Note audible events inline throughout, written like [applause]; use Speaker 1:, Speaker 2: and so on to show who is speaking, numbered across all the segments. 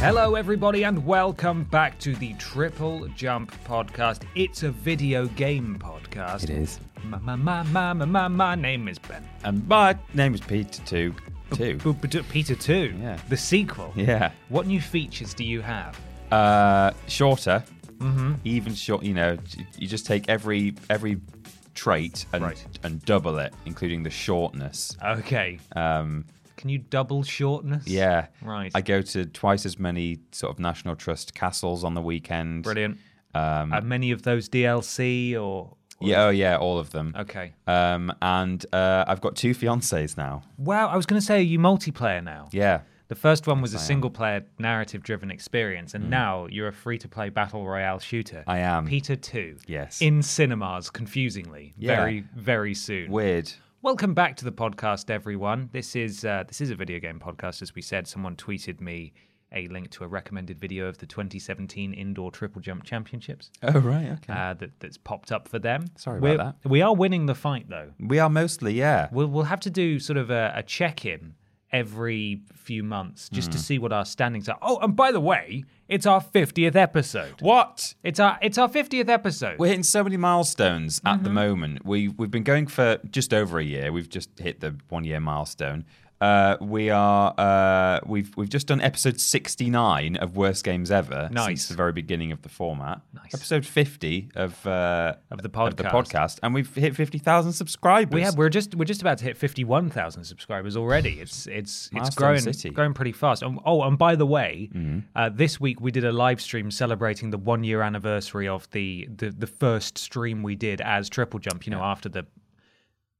Speaker 1: Hello, everybody, and welcome back to the Triple Jump Podcast. It's a video game podcast.
Speaker 2: It is.
Speaker 1: My, my, my, my, my, my, my name is Ben.
Speaker 2: And Um, my name is Peter Two. Two.
Speaker 1: B- b- Peter 2,
Speaker 2: Yeah.
Speaker 1: the sequel.
Speaker 2: Yeah.
Speaker 1: What new features do you have?
Speaker 2: Uh, shorter. Mm-hmm. Even short. You know, j- you just take every every trait and
Speaker 1: Right.
Speaker 2: and double it, including the shortness.
Speaker 1: Okay.
Speaker 2: Um,
Speaker 1: Can you double shortness?
Speaker 2: yeah.
Speaker 1: Right.
Speaker 2: I go to twice as many sort of National Trust castles on the weekend.
Speaker 1: Brilliant. Um, Are many of those DLC or.
Speaker 2: Yeah. Oh yeah. All of them.
Speaker 1: Okay.
Speaker 2: Um, and uh, I've got two fiancés now.
Speaker 1: Wow, I was going to say, are you multiplayer now?
Speaker 2: Yeah.
Speaker 1: The first one was a single player narrative driven experience, and now you're a free to play battle royale shooter.
Speaker 2: Mm. I am.
Speaker 1: Peter 2.
Speaker 2: Yes.
Speaker 1: In cinemas, confusingly.
Speaker 2: Yeah.
Speaker 1: Very, very soon.
Speaker 2: Weird.
Speaker 1: Welcome back to the podcast, everyone. This is uh, this is a video game podcast, as we said. Someone tweeted me a link to a recommended video of the 2017 Indoor Triple Jump Championships
Speaker 2: Oh right. Okay.
Speaker 1: uh, that, that's popped up for them.
Speaker 2: Sorry about
Speaker 1: We're,
Speaker 2: that.
Speaker 1: We are winning the fight, though.
Speaker 2: we are mostly yeah.
Speaker 1: We'll we'll have to do sort of a, a check in every few months just to see what our standings are. Oh, and by the way, it's our 50th episode.
Speaker 2: What?
Speaker 1: It's our it's our 50th episode.
Speaker 2: We're hitting so many milestones at
Speaker 1: Mm-hmm.
Speaker 2: the moment. We we've been going for just over a year. We've just hit the one year milestone. Uh, we are uh, we've we've just done episode sixty nine of worst games ever
Speaker 1: Nice.
Speaker 2: since the very beginning of the format. Nice. Episode fifty of uh,
Speaker 1: Of the podcast.
Speaker 2: podcast, and we've hit fifty thousand subscribers.
Speaker 1: We have. We're just. We're just about to hit fifty-one thousand subscribers already. It's. It's. it's
Speaker 2: Milestone
Speaker 1: growing.
Speaker 2: City. Mm-hmm.
Speaker 1: Growing pretty fast. Um, oh, and by the way, uh, this week we did a live stream celebrating the one-year anniversary of the the, the first stream we did as Triple Jump. You know, after the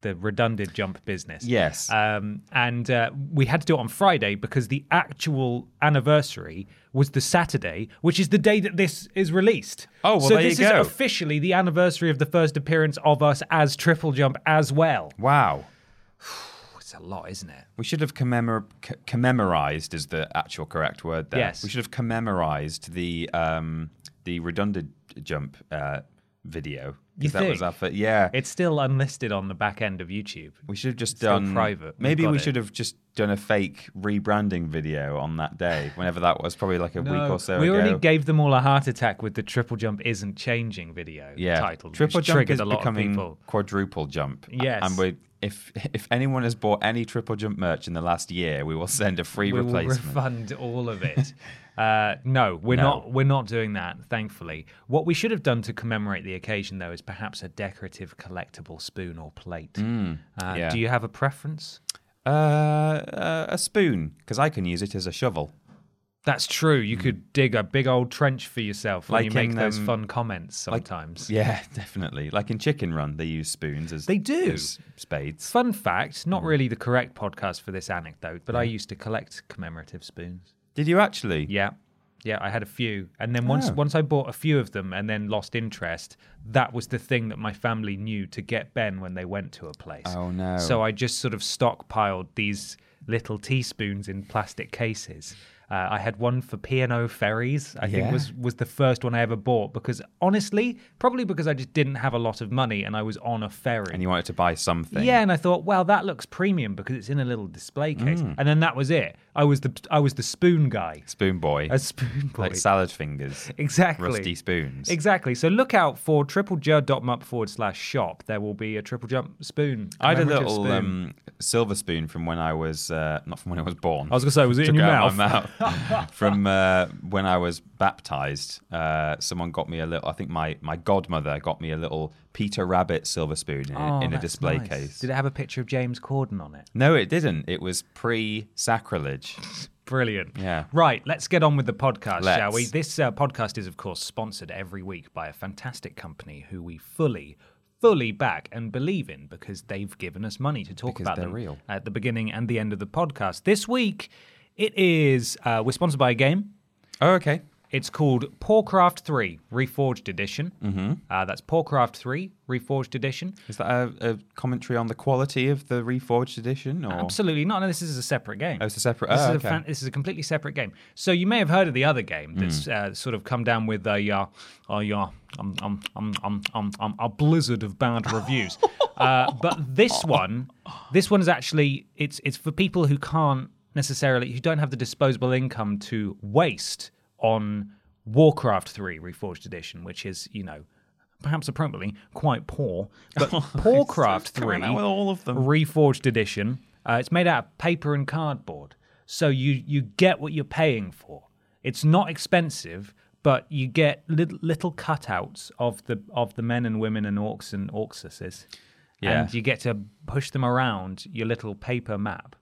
Speaker 1: the redundant jump business.
Speaker 2: Yes.
Speaker 1: Um, and uh, we had to do it on Friday because the actual anniversary was the Saturday, which is the day that this is released.
Speaker 2: Oh, well,
Speaker 1: so
Speaker 2: there you
Speaker 1: this
Speaker 2: go.
Speaker 1: is officially the anniversary of the first appearance of us as Triple Jump as well.
Speaker 2: wow.
Speaker 1: It's a lot, isn't it?
Speaker 2: We should have commemor- c- commemorized is the actual correct word there.
Speaker 1: Yes.
Speaker 2: We should have commemorized the um, the redundant jump uh, video. 'Cause
Speaker 1: You
Speaker 2: that was
Speaker 1: think?
Speaker 2: our fir- yeah.
Speaker 1: It's still unlisted on the back end of YouTube.
Speaker 2: we should have just
Speaker 1: still
Speaker 2: done
Speaker 1: private. We've
Speaker 2: Maybe
Speaker 1: got
Speaker 2: we
Speaker 1: it.
Speaker 2: should have just done a fake rebranding video on that day, whenever that was, probably like a week or so
Speaker 1: we
Speaker 2: ago.
Speaker 1: already gave them all a heart attack with the Triple Jump Isn't Changing video
Speaker 2: yeah.
Speaker 1: title. which
Speaker 2: Triple jump
Speaker 1: triggered
Speaker 2: is
Speaker 1: a lot
Speaker 2: becoming
Speaker 1: of people.
Speaker 2: quadruple jump. A-
Speaker 1: Yes.
Speaker 2: And we if if anyone has bought any triple jump merch in the last year, we will send a free
Speaker 1: we will
Speaker 2: replacement.
Speaker 1: refund all of it.
Speaker 2: [laughs]
Speaker 1: uh, no, we're
Speaker 2: No.
Speaker 1: not. We're not doing that. Thankfully, what we should have done to commemorate the occasion, though, is perhaps a decorative collectible spoon or plate. uh,
Speaker 2: Mm, yeah.
Speaker 1: Do you have a preference?
Speaker 2: Uh, uh, a spoon, because I can use it as a shovel.
Speaker 1: That's true. You could dig a big old trench for yourself when you
Speaker 2: Mm. Like
Speaker 1: make
Speaker 2: in,
Speaker 1: those
Speaker 2: um,
Speaker 1: fun comments sometimes.
Speaker 2: Yeah, [laughs] definitely. Like in Chicken Run, they use spoons as
Speaker 1: They do.
Speaker 2: as spades.
Speaker 1: Fun fact,
Speaker 2: Mm.
Speaker 1: not really the correct podcast for this anecdote, but I used to collect commemorative spoons.
Speaker 2: Did you actually?
Speaker 1: Yeah. Yeah, I had a few. And then once
Speaker 2: Oh.
Speaker 1: once I bought a few of them and then lost interest, that was the thing that my family knew to get Ben when they went to a place.
Speaker 2: Oh, no.
Speaker 1: So I just sort of stockpiled these little teaspoons in plastic cases. Uh, I had one for P&O Ferries, I think
Speaker 2: Yeah.
Speaker 1: was was the first one I ever bought because honestly, probably because I just didn't have a lot of money and I was on a ferry.
Speaker 2: And you wanted to buy something. Mm.
Speaker 1: Yeah, and I thought, well, that looks premium because it's in a little display case. And then that was it. I was the I was the spoon guy,
Speaker 2: Spoon boy.
Speaker 1: a spoon boy.
Speaker 2: Like salad fingers.
Speaker 1: Exactly.
Speaker 2: Rusty spoons.
Speaker 1: Exactly. So look out for triplej.mup forward slash shop. There will be a triple jump spoon.
Speaker 2: I had a
Speaker 1: commemorative
Speaker 2: little
Speaker 1: spoon.
Speaker 2: um, silver spoon from when I was uh, not from when I was born.
Speaker 1: I was gonna say, was it in
Speaker 2: Took
Speaker 1: your
Speaker 2: out of My
Speaker 1: [laughs]
Speaker 2: mouth from uh, when I was baptized. Uh, someone got me a little. I think my my godmother got me a little Peter Rabbit silver spoon in,
Speaker 1: Oh,
Speaker 2: in a
Speaker 1: that's
Speaker 2: display
Speaker 1: nice.
Speaker 2: case.
Speaker 1: Did it have a picture of James Corden on it?
Speaker 2: no, it didn't. It was pre-sacrilege.
Speaker 1: Brilliant.
Speaker 2: Yeah.
Speaker 1: Right, let's get on with the podcast, shall
Speaker 2: Let's.
Speaker 1: we? This uh, podcast is, of course, sponsored every week by a fantastic company who we fully, fully back and believe in because they've given us money to talk
Speaker 2: Because
Speaker 1: about
Speaker 2: they're
Speaker 1: them
Speaker 2: real.
Speaker 1: at the beginning and the end of the podcast. This week, it is uh, we're sponsored by a game.
Speaker 2: Oh, okay.
Speaker 1: It's called Poorcraft 3 Reforged Edition. Mm-hmm. Uh, that's Poorcraft 3 Reforged Edition.
Speaker 2: Is that a, a commentary on the quality of the reforged edition? Or?
Speaker 1: Absolutely not. No, this is a separate game.
Speaker 2: Oh, it's a separate-
Speaker 1: This,
Speaker 2: oh,
Speaker 1: is,
Speaker 2: okay. Hmm.
Speaker 1: a this is a completely separate game. So you may have heard of the other game that's uh, sort of come down with a, uh, a, uh, um, um, um, um, um, um, a blizzard of
Speaker 2: [laughs]
Speaker 1: bad reviews. uh, but this one, this one is actually it's it's for people who can't necessarily who don't have the disposable income to waste on Warcraft 3 Reforged Edition, which is you know. Perhaps appropriately, quite poor,
Speaker 2: [laughs]
Speaker 1: but Poorcraft Three
Speaker 2: coming out with all of them.
Speaker 1: reforged edition. Uh, it's made out of paper and cardboard, so you you get what you're paying for. It's not expensive, but you get little, little cutouts of the of the men and women and orcs and orcsuses,
Speaker 2: Yeah.
Speaker 1: and you get to push them around your little paper map.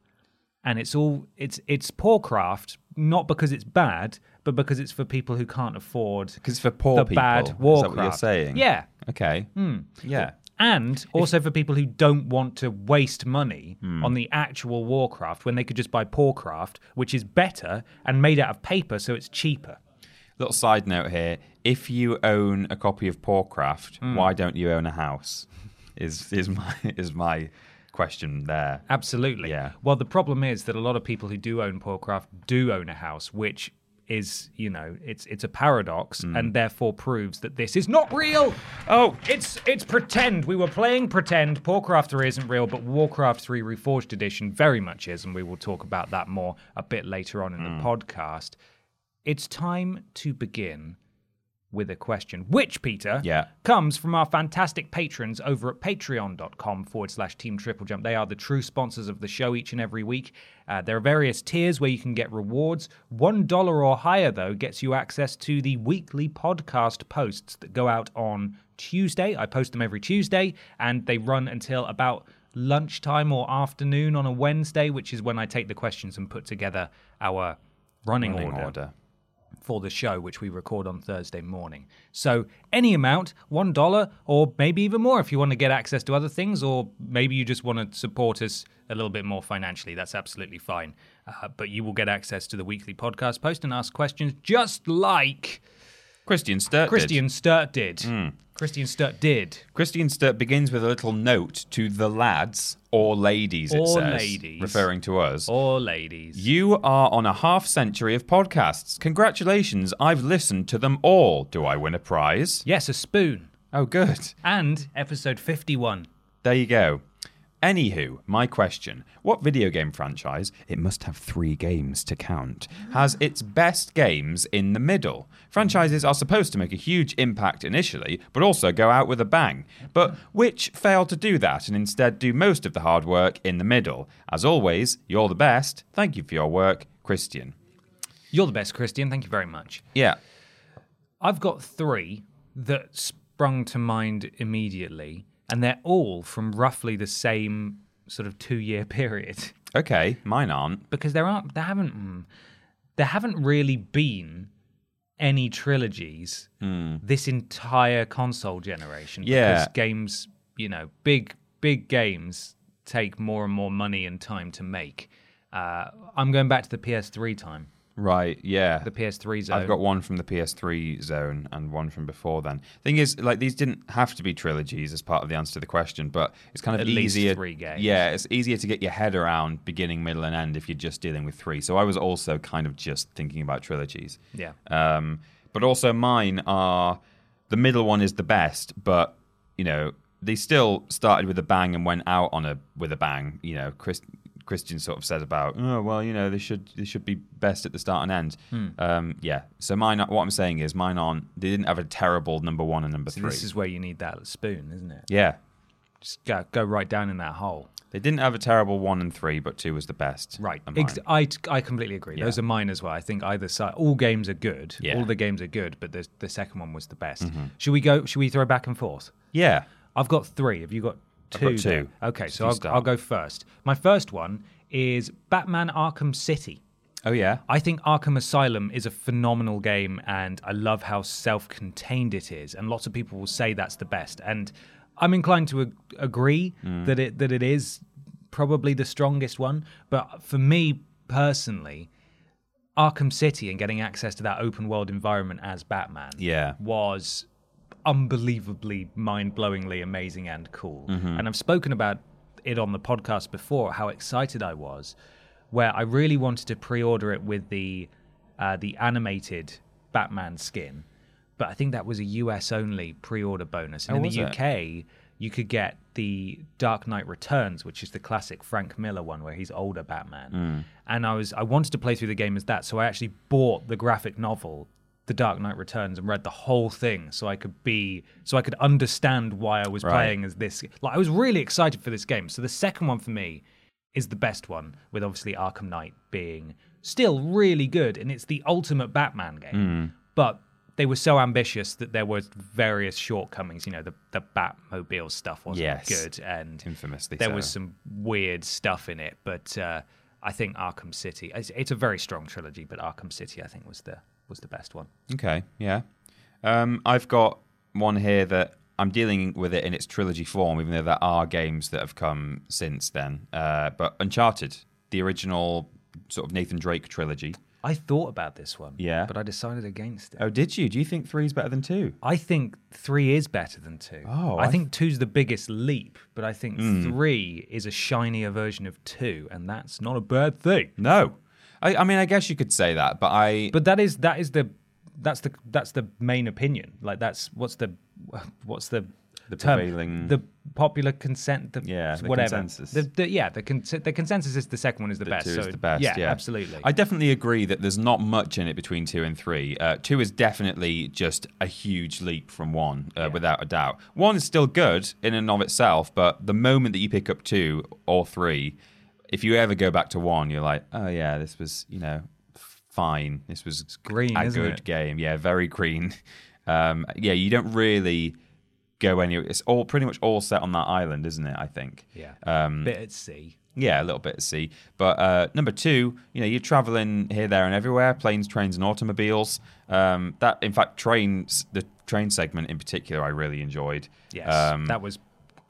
Speaker 1: And it's all it's it's poor craft, not because it's bad, but because it's for people who can't afford
Speaker 2: Because for poor
Speaker 1: the
Speaker 2: people.
Speaker 1: bad
Speaker 2: Is that what you're
Speaker 1: Warcraft.
Speaker 2: saying?
Speaker 1: Yeah.
Speaker 2: Okay.
Speaker 1: Hmm.
Speaker 2: Yeah.
Speaker 1: and also for people who don't want to waste money on the actual Warcraft when they could just buy Poorcraft, which is better and made out of paper, so it's cheaper.
Speaker 2: Little side note here: if you own a copy of Poorcraft,
Speaker 1: Hmm.
Speaker 2: why don't you own a house? Is is my is my question there?
Speaker 1: Absolutely.
Speaker 2: Yeah.
Speaker 1: Well, the problem is that a lot of people who do own Poorcraft do own a house, which is, you know, it's it's a paradox and therefore proves that this is not real. Oh, it's it's pretend. We were playing pretend. Poorcraft 3 isn't real, but Warcraft 3 Reforged Edition very much is, and we will talk about that more a bit later on in the podcast. It's time to begin with a question, which, Peter,
Speaker 2: Yeah.
Speaker 1: comes from our fantastic patrons over at patreon.com forward slash team triple jump. They are the true sponsors of the show each and every week. Uh, there are various tiers where you can get rewards. $1 or higher, though, gets you access to the weekly podcast posts that go out on Tuesday. I post them every Tuesday, and they run until about lunchtime or afternoon on a Wednesday, which is when I take the questions and put together our running,
Speaker 2: Running
Speaker 1: order
Speaker 2: order.
Speaker 1: for the show, which we record on Thursday morning. So, any amount, $1 or maybe even more if you want to get access to other things, or maybe you just want to support us a little bit more financially. That's absolutely fine. Uh, but you will get access to the weekly podcast post and ask questions just like
Speaker 2: Christian Sturt. did.
Speaker 1: Christian Sturt did. Christian Sturt did.
Speaker 2: Christian Sturt begins with a little note to the lads or ladies. It
Speaker 1: Or
Speaker 2: says,
Speaker 1: ladies.
Speaker 2: referring to us.
Speaker 1: Or ladies.
Speaker 2: You are on a half century of podcasts. Congratulations! I've listened to them all. Do I win a prize?
Speaker 1: yes, a spoon.
Speaker 2: Oh, good.
Speaker 1: And episode 51.
Speaker 2: There you go. Anywho, my question What video game franchise, it must have three games to count, has its best games in the middle? Franchises are supposed to make a huge impact initially, but also go out with a bang, but which fail to do that and instead do most of the hard work in the middle? As always, you're the best. Thank you for your work, Christian.
Speaker 1: You're the best, Christian. Thank you very much.
Speaker 2: Yeah.
Speaker 1: I've got three that sprung to mind immediately, and they're all from roughly the same sort of two-year [laughs] period
Speaker 2: Okay, mine aren't.
Speaker 1: because there aren't, there haven't, mm, there haven't really been any trilogies this entire console generation.
Speaker 2: Hmm. Yeah.
Speaker 1: because games, you know, big big games take more and more money and time to make. Uh, I'm going back to the PS3 time,
Speaker 2: Right, yeah.
Speaker 1: the PS3 zone.
Speaker 2: I've got one from the PS3 zone and one from before then. Thing is, like these didn't have to be trilogies as part of the answer to the question, but it's kind of
Speaker 1: At least
Speaker 2: easier.
Speaker 1: three games.
Speaker 2: Yeah, it's easier to get your head around beginning, middle, and end if you're just dealing with three. So I was also kind of just thinking about trilogies.
Speaker 1: yeah.
Speaker 2: Um, but also mine are the middle one is the best, but you know they still started with a bang and went out on a with a bang. You know, Chris, Christian sort of said about, oh well, you know, they should they should be best at the start and end.
Speaker 1: Hmm.
Speaker 2: Um, yeah. So mine, what I'm saying is, mine aren't. They didn't have a terrible number one and number
Speaker 1: So
Speaker 2: three.
Speaker 1: this is where you need that spoon, isn't it?
Speaker 2: yeah,
Speaker 1: Just go, go right down in that hole.
Speaker 2: they didn't have a terrible one and three, but two was the best.
Speaker 1: Right.
Speaker 2: of
Speaker 1: Ex-
Speaker 2: mine.
Speaker 1: I, I completely agree. Those are mine as well. I think either side, all games are good.
Speaker 2: Yeah.
Speaker 1: All the games are good, but the, the second one was the best. Should we go? Should we throw back and forth?
Speaker 2: yeah.
Speaker 1: I've got three. Have you got 2
Speaker 2: I've got two.
Speaker 1: there? Okay,
Speaker 2: So
Speaker 1: so
Speaker 2: you
Speaker 1: I'll,
Speaker 2: start.
Speaker 1: I'll go first. My first one is Batman Arkham City.
Speaker 2: Oh yeah.
Speaker 1: I think Arkham Asylum is a phenomenal game, and I love how self contained it is. And lots of people will say that's the best. And I'm inclined to ag- agree that, it, that it is probably the strongest one. But for me personally, Arkham City and getting access to that open world environment as Batman
Speaker 2: Yeah.
Speaker 1: was unbelievably mind-blowingly amazing and cool.
Speaker 2: Mm-hmm.
Speaker 1: And I've spoken about it on the podcast before how excited I was where I really wanted to pre-order it with the uh, the animated Batman skin. But I think that was a US only pre-order bonus. And
Speaker 2: Oh,
Speaker 1: in
Speaker 2: was
Speaker 1: the
Speaker 2: it?
Speaker 1: UK you could get the Dark Knight Returns, which is the classic Frank Miller one where he's older Batman. And I was I wanted to play through the game as that, so I actually bought the graphic novel, The Dark Knight Returns, and read the whole thing so I could be so I could understand why I was
Speaker 2: Right.
Speaker 1: playing as this. Like I was really excited for this game. So the second one for me is the best one, with obviously Arkham Knight being still really good, and it's the ultimate Batman game.
Speaker 2: Hmm.
Speaker 1: But they were so ambitious that there were various shortcomings. You know, the the Batmobile stuff wasn't
Speaker 2: Yes.
Speaker 1: good, and
Speaker 2: Infamously
Speaker 1: there
Speaker 2: so.
Speaker 1: was some weird stuff in it. But uh, I think Arkham City. It's, it's a very strong trilogy, but Arkham City, I think, was the was the best one.
Speaker 2: Okay, yeah. Um, I've got one here that I'm dealing with it in its trilogy form, even though there are games that have come since then. Uh, but Uncharted, the original sort of Nathan Drake trilogy.
Speaker 1: I thought about this one,
Speaker 2: Yeah.
Speaker 1: but I decided against it.
Speaker 2: Oh, did you? Do you think three's better than two?
Speaker 1: I think three is better than two.
Speaker 2: Oh,
Speaker 1: I,
Speaker 2: I Hmm.
Speaker 1: think two's the biggest leap, but I think three is a shinier version of two, and that's not a bad thing.
Speaker 2: No. I, I mean, I guess you could say that, but I.
Speaker 1: But that is that is the that's the that's the main opinion. Like that's what's the what's the
Speaker 2: The
Speaker 1: term?
Speaker 2: prevailing-
Speaker 1: the popular consent the
Speaker 2: Yeah, the
Speaker 1: whatever
Speaker 2: consensus.
Speaker 1: The, the, yeah the cons- the consensus is the second one is the, best
Speaker 2: two
Speaker 1: so
Speaker 2: is the best.
Speaker 1: yeah,
Speaker 2: Yeah,
Speaker 1: absolutely
Speaker 2: I definitely agree that there's not much in it between two and three. Uh, two is definitely just a huge leap from one, uh, without a doubt. One is still good in and of itself, but the moment that you pick up two or three, if you ever go back to one, you're like, oh yeah, this was you know fine. This was
Speaker 1: green,
Speaker 2: a
Speaker 1: isn't
Speaker 2: good
Speaker 1: it?
Speaker 2: game. Yeah, very green. [laughs] Um, yeah, you don't really go anywhere. It's all pretty much all set on that island, isn't it? I think.
Speaker 1: yeah
Speaker 2: Um,
Speaker 1: bit at sea
Speaker 2: yeah, a little bit at sea. But uh, number two, you know, you're traveling here, there, and everywhere planes, trains, and automobiles. Um, that, in fact, trains, the train segment in particular, I really enjoyed.
Speaker 1: yes
Speaker 2: Um,
Speaker 1: that was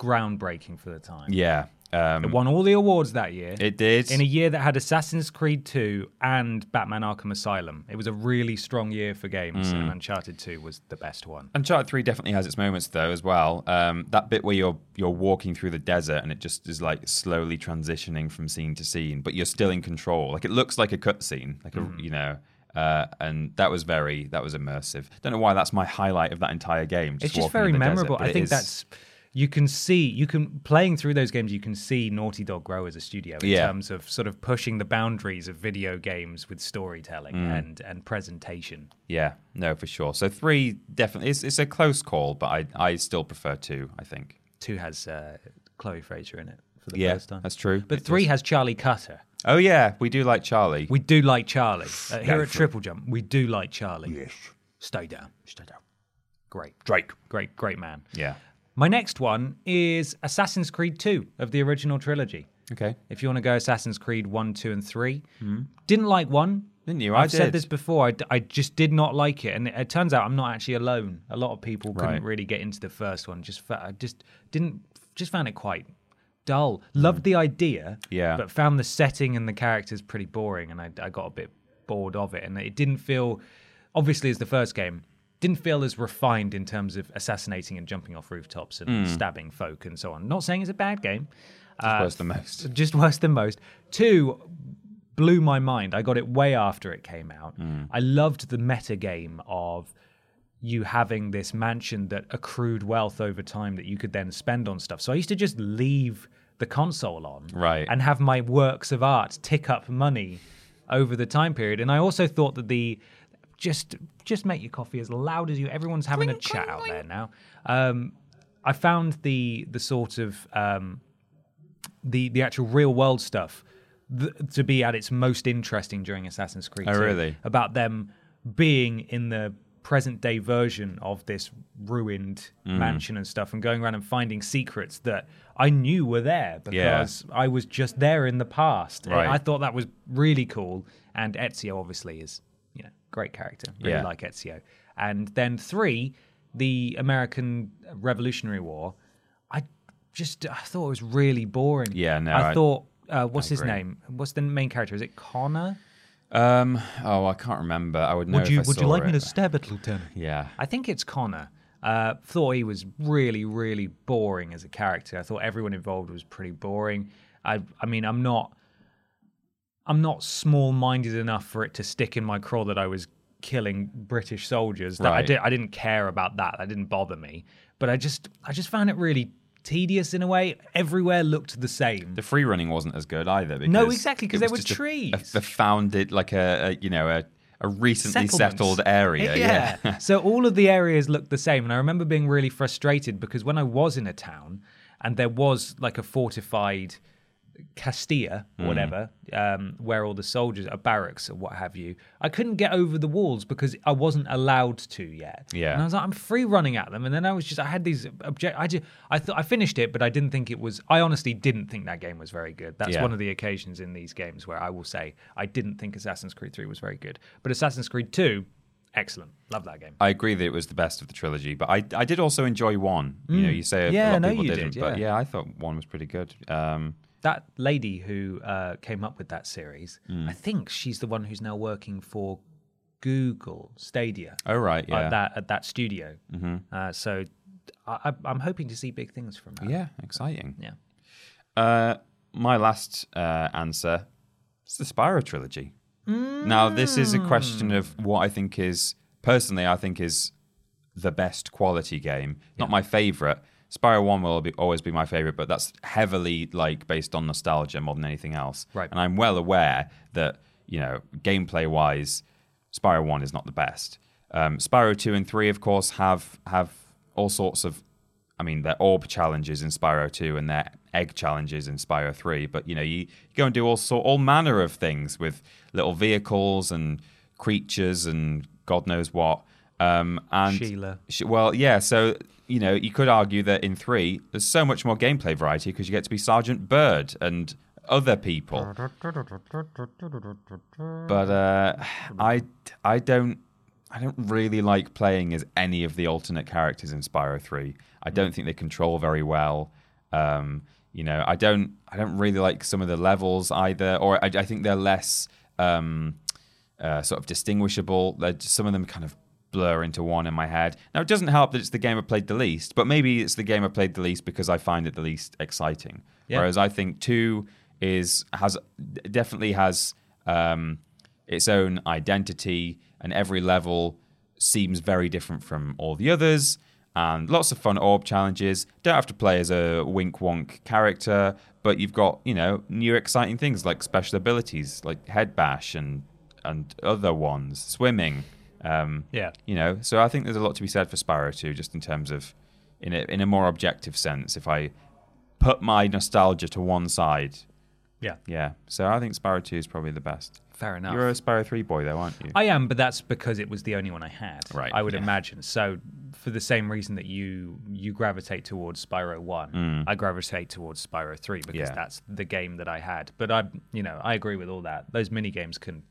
Speaker 1: groundbreaking for the time
Speaker 2: yeah. Um,
Speaker 1: it won all the awards that year
Speaker 2: it did.
Speaker 1: in a year that had Assassin's Creed 2 and Batman Arkham Asylum. It was a really strong year for games,
Speaker 2: Mm.
Speaker 1: and Uncharted 2 was the best one.
Speaker 2: Uncharted Three definitely has its moments though as well. Um, that bit where you're you're walking through the desert and it just is like slowly transitioning from scene to scene, but you're still in control. Like it looks like a cutscene, like
Speaker 1: Mm-hmm.
Speaker 2: a you know. Uh, and that was very that was immersive. Don't know why that's my highlight of that entire game.
Speaker 1: It's just
Speaker 2: walking
Speaker 1: very
Speaker 2: in the desert,
Speaker 1: memorable.
Speaker 2: but
Speaker 1: I
Speaker 2: it
Speaker 1: think
Speaker 2: is-
Speaker 1: that's you can see you can playing through those games. You can see Naughty Dog grow as a studio in
Speaker 2: Yeah.
Speaker 1: terms of sort of pushing the boundaries of video games with storytelling
Speaker 2: Mm.
Speaker 1: and and presentation.
Speaker 2: yeah no for sure. So three definitely it's, it's a close call, but I I still prefer two. I think
Speaker 1: Two has uh, Chloe Fraser in it for the
Speaker 2: yeah
Speaker 1: first time.
Speaker 2: that's true.
Speaker 1: But
Speaker 2: It
Speaker 1: three
Speaker 2: does.
Speaker 1: has Charlie Cutter.
Speaker 2: Oh yeah, we do like Charlie.
Speaker 1: We do like Charlie. Uh, here at Triple Jump, we do like Charlie. Yes. Stay down. Stay down. Great.
Speaker 2: Drake.
Speaker 1: Great, great man.
Speaker 2: Yeah.
Speaker 1: My next one is Assassin's Creed 2 of the original trilogy.
Speaker 2: Okay.
Speaker 1: If you want to go Assassin's Creed 1, 2, and 3. Didn't like 1.
Speaker 2: Didn't you? I
Speaker 1: I've said
Speaker 2: did.
Speaker 1: this before. I, d- I just did not like it. And it, it turns out I'm not actually alone. A lot of people
Speaker 2: Right.
Speaker 1: couldn't really get into the first one. Just fa- I just didn't, just found it quite dull. Loved the idea,
Speaker 2: Hmm. Yeah.
Speaker 1: but found the setting and the characters pretty boring. And I, I got a bit bored of it. And it didn't feel, obviously, as the first game, didn't feel as refined in terms of assassinating and jumping off rooftops and
Speaker 2: Hmm.
Speaker 1: stabbing folk and so on. Not saying it's a bad game
Speaker 2: Worse the most.
Speaker 1: just worse than most. Two blew my mind. I got it way after it came out. I loved the meta game of you having this mansion that accrued wealth over time that you could then spend on stuff. So I used to just leave the console on
Speaker 2: Right.
Speaker 1: and have my works of art tick up money over the time period. And I also thought that the just just make your coffee as loud as you. Everyone's having a chat out there now. Um, I found the the sort of um, the the actual real world stuff th- to be at its most interesting during Assassin's Creed.
Speaker 2: Oh,
Speaker 1: 2,
Speaker 2: really?
Speaker 1: About them being in the present day version of this ruined
Speaker 2: Mm.
Speaker 1: mansion and stuff, and going around and finding secrets that I knew were there because I was just there in the past.
Speaker 2: Right.
Speaker 1: I thought that was really cool. And Ezio obviously is you know great character. Really
Speaker 2: Yeah.
Speaker 1: like Ezio. And then three, the American Revolutionary War. I just I thought it was really boring.
Speaker 2: Yeah, no,
Speaker 1: I,
Speaker 2: I-
Speaker 1: thought uh, what's his name? What's the main character? Is it Connor?
Speaker 2: Um, oh, I can't remember. I would know. if I saw it.
Speaker 1: stab at Lieutenant?
Speaker 2: Yeah.
Speaker 1: I think it's Connor. Uh, thought he was really, really boring as a character. I thought everyone involved was pretty boring. I, I mean, I'm not, I'm not small-minded enough for it to stick in my craw that I was killing British soldiers. That I
Speaker 2: Right.
Speaker 1: did, I didn't care about that. That didn't bother me. But I just, I just found it really tedious in a way. Everywhere looked the same.
Speaker 2: The free running wasn't as good either. Because
Speaker 1: No, exactly, 'cause
Speaker 2: it
Speaker 1: they
Speaker 2: was
Speaker 1: were
Speaker 2: just a-
Speaker 1: trees.
Speaker 2: A, a founded, like a, a you know a, a recently
Speaker 1: Settlements.
Speaker 2: settled area. Yeah. [laughs]
Speaker 1: [laughs] so all of the areas looked the same, and I remember being really frustrated because when I was in a town and there was like a fortified Castilla
Speaker 2: Mm.
Speaker 1: or whatever, um, where all the soldiers are barracks or what have you, I couldn't get over the walls because I wasn't allowed to yet.
Speaker 2: Yeah.
Speaker 1: and I was like, I'm free running at them, and then I was just, I had these object. I just, I thought I finished it, but I didn't think it was. I honestly didn't think that game was very good. That's
Speaker 2: Yeah.
Speaker 1: one of the occasions in these games where I will say I didn't think Assassin's Creed 3 was very good. But Assassin's Creed 2, excellent. Love that game.
Speaker 2: I agree that it was the best of the trilogy, but I I did also enjoy one. You know, you say a
Speaker 1: Mm. Yeah,
Speaker 2: lot
Speaker 1: I
Speaker 2: of
Speaker 1: know
Speaker 2: people
Speaker 1: you
Speaker 2: didn't,
Speaker 1: did,
Speaker 2: but
Speaker 1: yeah.
Speaker 2: yeah, I thought one was pretty good. Um,
Speaker 1: That lady who uh, came up with that series,
Speaker 2: Hmm.
Speaker 1: I think she's the one who's now working for Google Stadia
Speaker 2: oh right, yeah, Mm-hmm.
Speaker 1: at that at that studio. Uh, so I, I- I'm hoping to see big things from her.
Speaker 2: yeah, exciting.
Speaker 1: Yeah.
Speaker 2: Uh, my last uh, answer is the Spyro trilogy. Now, this is a question of what I think is personally, I think is the best quality game, not my favorite. Spyro One will be, always be my favorite, but that's heavily like based on nostalgia more than anything else.
Speaker 1: Right.
Speaker 2: And I'm well aware that you know gameplay wise, Spyro One is not the best. Um, Spyro Two and Three, of course, have have all sorts of I mean, they're orb challenges in Spyro 2 and they're egg challenges in Spyro 3. But, you know, you, you go and do all, sort, all manner of things with little vehicles and creatures and God knows what. Um, and
Speaker 1: Sheila.
Speaker 2: Sh- well, yeah, so, you know, you could argue that in 3, there's so much more gameplay variety because you get to be Sergeant Bird and other people. But uh, I, I don't I don't really like playing as any of the alternate characters in Spyro 3. I don't think they control very well. Um, you know, I don't I don't really like some of the levels either, or I, I think they're less um, uh, sort of distinguishable. They're just- some of them kind of blur into one in my head. Now it doesn't help that it's the game I played the least, but maybe it's the game I played the least because I find it the least exciting.
Speaker 1: Yeah.
Speaker 2: Whereas I think two is has definitely has um, its own identity, and every level seems very different from all the others. And lots of fun orb challenges. Don't have to play as a wink wonk character, but you've got you know new exciting things like special abilities, like head bash and and other ones, swimming. Um,
Speaker 1: Yeah.
Speaker 2: you know. So I think there's a lot to be said for Spyro 2, just in terms of in a in a more objective sense. If I put my nostalgia to one side,
Speaker 1: Yeah.
Speaker 2: yeah. So I think Spyro 2 is probably the best.
Speaker 1: Fair enough.
Speaker 2: You're a Spyro 3 boy, though, aren't you?
Speaker 1: I am, but that's because it was the only one I had.
Speaker 2: Right,
Speaker 1: I would
Speaker 2: yeah.
Speaker 1: imagine. So for the same reason that you you gravitate towards Spyro One, I gravitate towards Spyro Three because
Speaker 2: Mm. Yeah.
Speaker 1: that's the game that I had. But I you know, I agree with all that. Those mini games can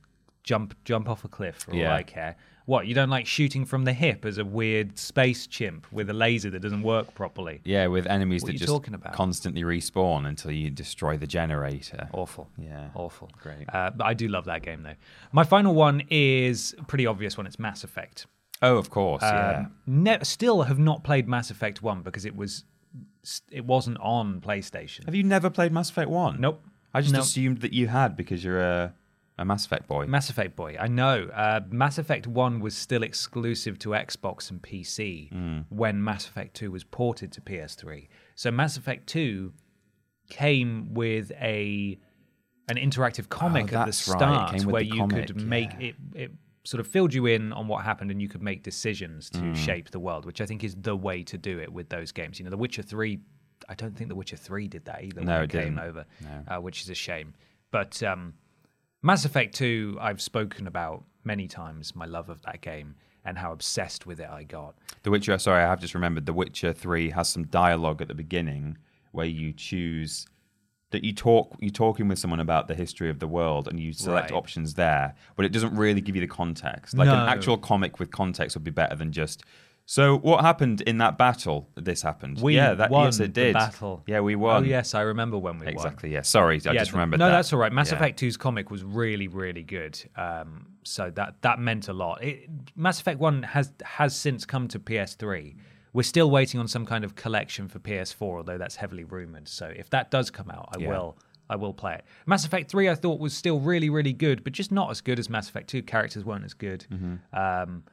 Speaker 1: jump jump off a cliff for
Speaker 2: Yeah.
Speaker 1: all I care. What, you don't like shooting from the hip as a weird space chimp with a laser that doesn't work properly.
Speaker 2: yeah, with enemies
Speaker 1: What
Speaker 2: that
Speaker 1: you
Speaker 2: just
Speaker 1: talking about?
Speaker 2: constantly respawn until you destroy the generator.
Speaker 1: Awful.
Speaker 2: Yeah.
Speaker 1: Awful.
Speaker 2: Great.
Speaker 1: Uh, but I do love that game though. My final one is a pretty obvious one, it's Mass Effect.
Speaker 2: Oh, of course. yeah.
Speaker 1: ne- um, still have not played Mass Effect One because it was it wasn't on PlayStation.
Speaker 2: Have you never played Mass Effect 1?
Speaker 1: Nope.
Speaker 2: I just
Speaker 1: Nope.
Speaker 2: assumed that you had because you're a, a Mass Effect boy.
Speaker 1: Mass Effect boy, I know. Uh, Mass Effect One was still exclusive to Xbox and
Speaker 2: Mm.
Speaker 1: PC when Mass Effect Two was ported to PS3. So Mass Effect Two came with a an interactive comic at the
Speaker 2: Oh, that's right. It
Speaker 1: start
Speaker 2: came with
Speaker 1: where
Speaker 2: the
Speaker 1: you could
Speaker 2: comic,
Speaker 1: make it, it sort of filled you in on what happened and you could make decisions to
Speaker 2: Mm.
Speaker 1: shape the world, which I think is the way to do it with those games. You know, The Witcher 3, I don't think The Witcher 3 did that either
Speaker 2: No,
Speaker 1: when
Speaker 2: it
Speaker 1: it came
Speaker 2: didn't.
Speaker 1: over, uh, which is a shame. But um, Mass Effect 2, I've spoken about many times my love of that game and how obsessed with it I got.
Speaker 2: The Witcher, sorry, I have just remembered The Witcher 3 has some dialogue at the beginning where you choose that you talk you're talking with someone about the history of the world and you select
Speaker 1: Right.
Speaker 2: options there, but it doesn't really give you the context. Like
Speaker 1: No.
Speaker 2: an actual comic with context would be better than just so what happened in that battle? This happened.
Speaker 1: We
Speaker 2: yeah, that
Speaker 1: won
Speaker 2: yes it
Speaker 1: the
Speaker 2: did.
Speaker 1: battle.
Speaker 2: Yeah, we won.
Speaker 1: Oh, yes, I remember when we won.
Speaker 2: Exactly. Yeah. Sorry, I just
Speaker 1: th-
Speaker 2: remembered
Speaker 1: No,
Speaker 2: that.
Speaker 1: that's all right. Mass
Speaker 2: Yeah.
Speaker 1: Effect 2's comic was really, really good. Um, so that that meant a lot. It, Mass Effect 1 has has since come to PS3. We're still waiting on some kind of collection for PS4, although that's heavily rumored. So if that does come out, I will I will play it. Mass Effect 3 I thought was still really, really good, but just not as good as Mass Effect 2. Characters weren't as good.
Speaker 2: Mm-hmm.
Speaker 1: Um,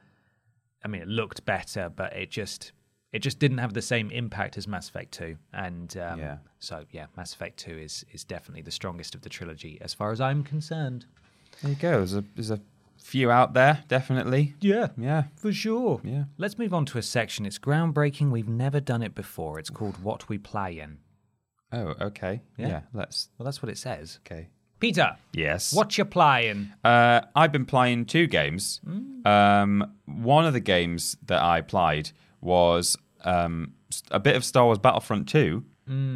Speaker 1: I mean, it looked better, but it just it just didn't have the same impact as Mass Effect Two. And um,
Speaker 2: Yeah.
Speaker 1: so, yeah, Mass Effect Two is is definitely the strongest of the trilogy, as far as I'm concerned.
Speaker 2: There you go. There's a there's a few out there, definitely.
Speaker 1: Yeah,
Speaker 2: Yeah.
Speaker 1: for sure.
Speaker 2: Yeah.
Speaker 1: Let's move on to a section. It's groundbreaking. We've never done it before. It's called What We Play In.
Speaker 2: Oh, okay.
Speaker 1: Yeah.
Speaker 2: yeah let's
Speaker 1: Well, that's what it says.
Speaker 2: okay.
Speaker 1: Peter,
Speaker 2: Yes.
Speaker 1: what you playing?
Speaker 2: Uh, I've been playing two games. Um, one of the games that I played was um, s- a bit of Star Wars Battlefront 2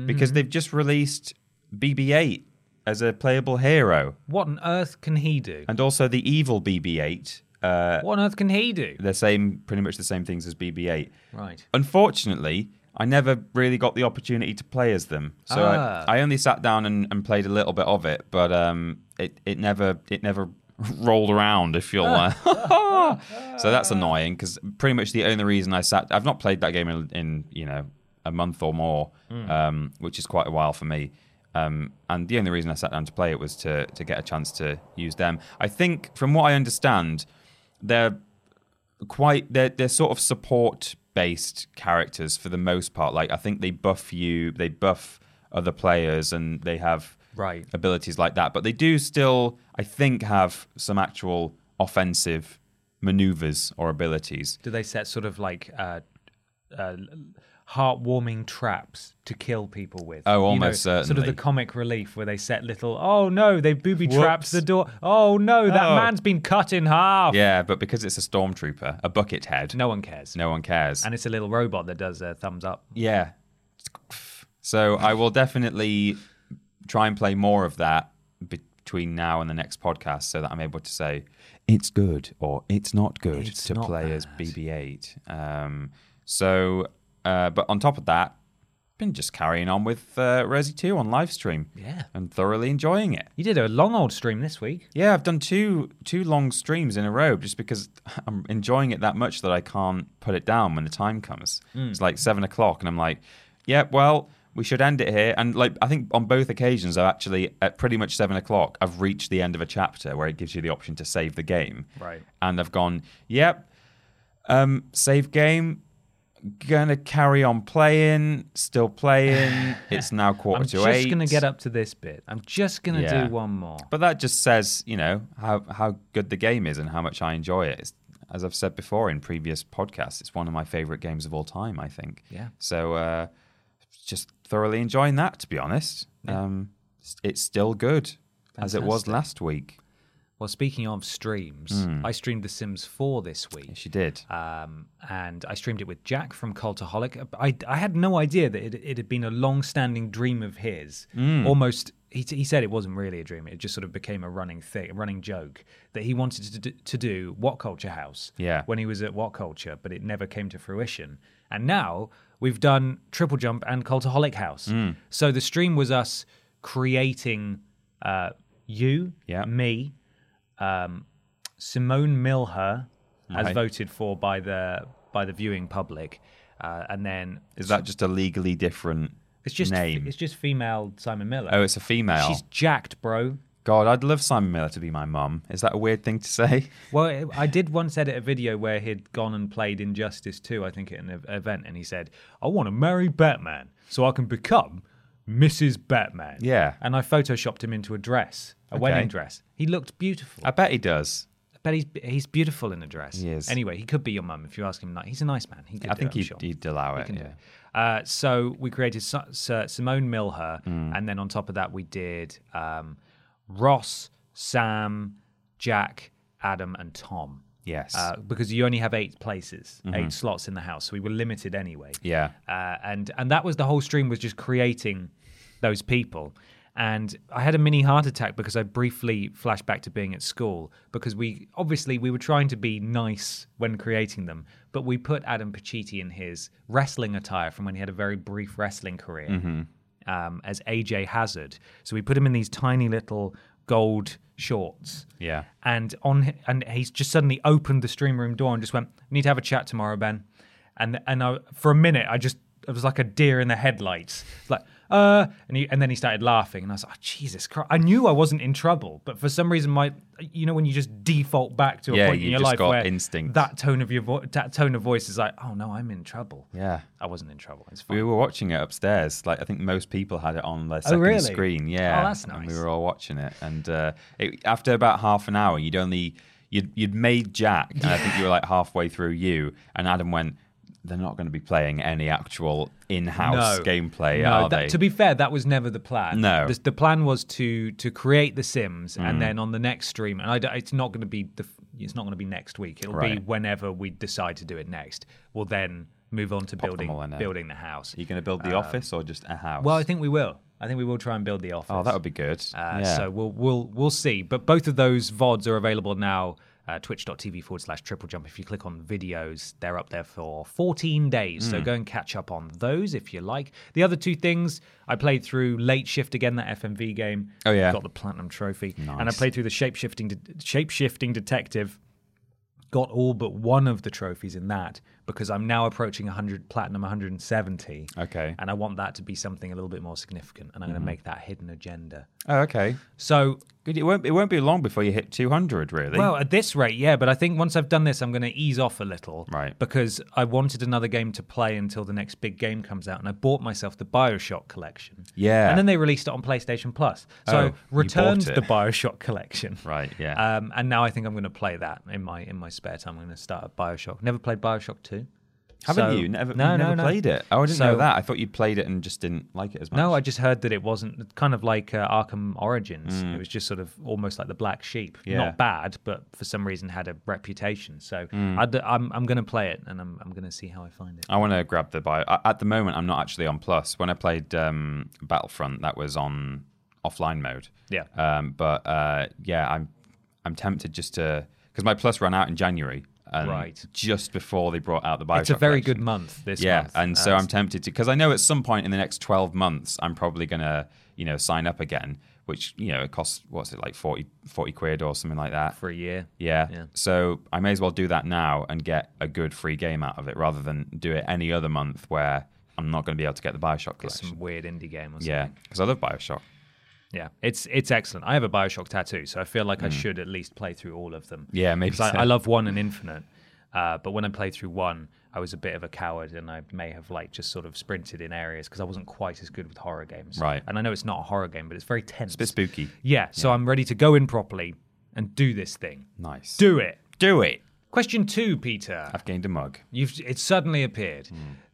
Speaker 2: because they've just released BB 8 as a playable hero
Speaker 1: What on earth can he do?
Speaker 2: and also the evil BB 8. Uh,
Speaker 1: What on earth can he do?
Speaker 2: the same, pretty much the same things as BB 8.
Speaker 1: Right.
Speaker 2: Unfortunately, I never really got the opportunity to play as them, so
Speaker 1: Ah.
Speaker 2: I, I only sat down and, and played a little bit of it. But um, it it never it never [laughs] rolled around. If you'll, uh, [laughs] so that's annoying because pretty much the only reason I sat I've not played that game in, in you know a month or more, um, which is quite a while for me. Um, and the only reason I sat down to play it was to to get a chance to use them. I think, from what I understand, they're quite they're they're sort of support based characters for the most part. Like I think they buff you, they buff other players, and they have
Speaker 1: Right.
Speaker 2: abilities like that. But they do still, I think, have some actual offensive maneuvers or abilities.
Speaker 1: Do they set sort of like uh, uh, heartwarming traps to kill people with?
Speaker 2: Oh, almost
Speaker 1: Sort of the
Speaker 2: certainly.
Speaker 1: comic relief where they set little. Oh no, they booby
Speaker 2: Whoops.
Speaker 1: trapped the door. Oh no, that
Speaker 2: Oh.
Speaker 1: man's been cut in half.
Speaker 2: Yeah, but because it's a stormtrooper, a bucket head,
Speaker 1: No one cares.
Speaker 2: no one cares.
Speaker 1: And it's a little robot that does a thumbs up.
Speaker 2: Yeah. So I will definitely try and play more of that between now and the next podcast so that I'm able to say it's good or it's not good
Speaker 1: It's
Speaker 2: to
Speaker 1: not
Speaker 2: play as BB8. Um, so, uh, but on top of that, been just carrying on with uh, Resi 2 on live stream.
Speaker 1: Yeah.
Speaker 2: And thoroughly enjoying it.
Speaker 1: You did a long old stream this week.
Speaker 2: Yeah, I've done two two long streams in a row just because [laughs] I'm enjoying it that much that I can't put it down when the time comes.
Speaker 1: Mm.
Speaker 2: It's like seven o'clock, and I'm like, yeah, well, we should end it here. And like, I think on both occasions, I've actually at pretty much seven o'clock, I've reached the end of a chapter where it gives you the option to save the game.
Speaker 1: Right.
Speaker 2: And I've gone, yep, um, save game. Gonna carry on playing, still
Speaker 1: [sighs]
Speaker 2: playing. It's now quarter
Speaker 1: I'm
Speaker 2: to
Speaker 1: just
Speaker 2: eight.
Speaker 1: gonna get up to this bit. I'm just gonna
Speaker 2: Yeah.
Speaker 1: do one more.
Speaker 2: But that just says, you know, how how good the game is and how much I enjoy it. It's, as I've said before in previous podcasts, it's one of my favorite games of all time. I think.
Speaker 1: Yeah.
Speaker 2: So uh, just thoroughly enjoying that, to be honest. Um, s- it's still good as it was
Speaker 1: Fantastic.
Speaker 2: last week.
Speaker 1: Well, speaking of streams,
Speaker 2: Hmm.
Speaker 1: I streamed The Sims 4 this week.
Speaker 2: Yes, you did.
Speaker 1: um, and I streamed it with Jack from Cultaholic. I, I had no idea that it, it had been a long-standing dream of his.
Speaker 2: Mm.
Speaker 1: Almost, he, he said it wasn't really a dream. It just sort of became a running thing, a running joke that he wanted to do, to do What Culture House.
Speaker 2: Yeah.
Speaker 1: When he was at What Culture, but it never came to fruition. And now we've done Triple Jump and Cultaholic House.
Speaker 2: Mm.
Speaker 1: So the stream was us creating uh, you,
Speaker 2: Yeah.
Speaker 1: me, um, Simone Milher, as
Speaker 2: Right.
Speaker 1: voted for by the by the viewing public, uh, and then
Speaker 2: is that just a legally different
Speaker 1: it's just
Speaker 2: name?
Speaker 1: it's just female Simon Miller.
Speaker 2: oh, it's a female.
Speaker 1: she's jacked, bro.
Speaker 2: God, I'd love Simon Miller to be my mum. Is that a weird thing to say?
Speaker 1: Well, I did once edit a video where he'd gone and played Injustice 2, I think, at an ev- event, and he said, "I want to marry Batman so I can become Mrs. Batman.
Speaker 2: Yeah.
Speaker 1: And I photoshopped him into a dress, a
Speaker 2: Okay.
Speaker 1: wedding dress. He looked beautiful.
Speaker 2: I bet he does.
Speaker 1: But he's he's beautiful in a dress.
Speaker 2: He is.
Speaker 1: Anyway, he could be your mum if you ask him. Like, he's a nice man. He could
Speaker 2: I
Speaker 1: do
Speaker 2: think
Speaker 1: it, I'm
Speaker 2: he'd,
Speaker 1: sure.
Speaker 2: he'd allow it.
Speaker 1: can do
Speaker 2: yeah.
Speaker 1: it. Uh, so we created Sa- Sa- Simone Milher,
Speaker 2: Mm.
Speaker 1: and then on top of that, we did um, Ross, Sam, Jack, Adam, and Tom.
Speaker 2: Yes. Mm-hmm.
Speaker 1: Uh, because you only have eight places, eight slots in the house, so we were limited anyway.
Speaker 2: Yeah.
Speaker 1: Uh, and and that was the whole stream was just creating those people. And I had a mini heart attack because I briefly flashed back to being at school because we obviously we were trying to be nice when creating them, but we put Adam Pacitti in his wrestling attire from when he had a very brief wrestling career um, as AJ Hazard. So we put him in these tiny little gold shorts.
Speaker 2: Yeah.
Speaker 1: And on and he's just suddenly opened the stream room door and just went, "Need to have a chat tomorrow, Ben." And and I, for a minute, I just I was like a deer in the headlights, like. Uh, and, he, and then he started laughing, and I was like, oh, "Jesus Christ!" I knew I wasn't in trouble, but for some reason, my you know when you just default back to a
Speaker 2: Yeah,
Speaker 1: point in
Speaker 2: you
Speaker 1: your
Speaker 2: just
Speaker 1: life
Speaker 2: got
Speaker 1: where
Speaker 2: instinct.
Speaker 1: that tone of your vo- that tone of voice is like, "Oh no, I'm in trouble."
Speaker 2: Yeah.
Speaker 1: I wasn't in trouble. It's fine.
Speaker 2: We were watching it upstairs. Like I think most people had it on their second
Speaker 1: Oh, really?
Speaker 2: screen. Yeah,
Speaker 1: Oh, that's
Speaker 2: And we
Speaker 1: nice.
Speaker 2: were all watching it, and uh, it, after about half an hour, you'd only you'd you'd made Jack, and I think you were like halfway through you, and Adam went. They're not going to be playing any actual in-house gameplay,
Speaker 1: No,
Speaker 2: are
Speaker 1: that-
Speaker 2: they?
Speaker 1: To be fair, that was never the plan.
Speaker 2: No. Mm.
Speaker 1: the, the plan was to to create The Sims, and then on the next stream, and I d it's not going to be the, f- it's not going to be next week. It'll be
Speaker 2: Right.
Speaker 1: whenever we decide to do it next. We'll then move on to building
Speaker 2: all in there.
Speaker 1: building the house.
Speaker 2: Are you going to build the office or just a house?
Speaker 1: Um, Well, I think we will. I think we will try and build the office.
Speaker 2: oh, that would be good.
Speaker 1: Uh,
Speaker 2: yeah.
Speaker 1: So we'll we'll we'll see. But both of those vods are available now. Uh, twitch.tv forward slash triple jump. If you click on videos, they're up there for 14 days.
Speaker 2: Hmm.
Speaker 1: So go and catch up on those if you like. The other two things, I played through Late Shift again, that FMV game.
Speaker 2: Oh, yeah.
Speaker 1: Got the platinum trophy. And I played through the shape shifting de- shape shifting detective. Got all but one of the trophies in that because I'm now approaching 100 platinum 170.
Speaker 2: Okay. Mm-hmm.
Speaker 1: And I want that to be something a little bit more significant. And I'm going to make that hidden agenda.
Speaker 2: oh, okay.
Speaker 1: So,
Speaker 2: Good. It won't. It won't be long before you hit two hundred, really.
Speaker 1: well, at this rate, yeah, but I think once I've done this, I'm going to ease off a little.
Speaker 2: Right.
Speaker 1: Because I wanted another game to play until the next big game comes out, and I bought myself the Bioshock collection.
Speaker 2: Yeah.
Speaker 1: And then they released it on PlayStation Plus.
Speaker 2: Oh,
Speaker 1: So I
Speaker 2: you
Speaker 1: returned
Speaker 2: bought it.
Speaker 1: the Bioshock collection.
Speaker 2: [laughs] Right, yeah.
Speaker 1: Um, and now I think I'm going to play that in my in my spare time. I'm going to start a Bioshock. Never played Bioshock 2.
Speaker 2: haven't
Speaker 1: So-
Speaker 2: you? Never,
Speaker 1: no,
Speaker 2: you never
Speaker 1: no, no.
Speaker 2: played it. Oh, I didn't
Speaker 1: So-
Speaker 2: know that. I thought you played it and just didn't like it as much.
Speaker 1: No, I just heard that it wasn't kind of like uh, Arkham Origins. It was just sort of almost like the black sheep.
Speaker 2: Mm. Yeah.
Speaker 1: Not bad, but for some reason had a reputation. So
Speaker 2: Mm.
Speaker 1: I'd, I'm I'm going to play it and I'm I'm going to see how I find it.
Speaker 2: I want to grab the bio. I- At the moment, I'm not actually on Plus. When I played um, Battlefront, that was on offline mode.
Speaker 1: Yeah.
Speaker 2: Um, but uh, yeah, I'm I'm tempted just to because my Plus ran out in January, and
Speaker 1: Right.
Speaker 2: just before they brought out the Bioshock.
Speaker 1: it's a very
Speaker 2: collection.
Speaker 1: good month this
Speaker 2: yeah,
Speaker 1: month. Uh,
Speaker 2: and so I'm tempted to because I know at some point in the next 12 months I'm probably gonna you know sign up again, which you know it costs what's it like 40, 40 quid or something like that.
Speaker 1: for a year.
Speaker 2: Yeah.
Speaker 1: Yeah.
Speaker 2: So I may as well do that now and get a good free game out of it rather than do it any other month where I'm not going to be able to get the Bioshock
Speaker 1: Get
Speaker 2: collection.
Speaker 1: some weird indie game or something.
Speaker 2: Yeah, because I love Bioshock.
Speaker 1: Yeah, it's it's excellent. I have a Bioshock tattoo, so I feel like I should at least play through all of them.
Speaker 2: Hmm. Yeah, maybe
Speaker 1: 'Cause I,
Speaker 2: so.
Speaker 1: I love one and Infinite, uh, but when I played through one, I was a bit of a coward, and I may have like just sort of sprinted in areas because I wasn't quite as good with horror games.
Speaker 2: Right.
Speaker 1: and I know it's not a horror game, but it's very tense.
Speaker 2: It's a bit spooky.
Speaker 1: yeah, so I'm ready to go in properly and do this thing.
Speaker 2: Nice.
Speaker 1: Do it.
Speaker 2: do it.
Speaker 1: Question two, Peter.
Speaker 2: I've gained a mug.
Speaker 1: You've, it suddenly appeared.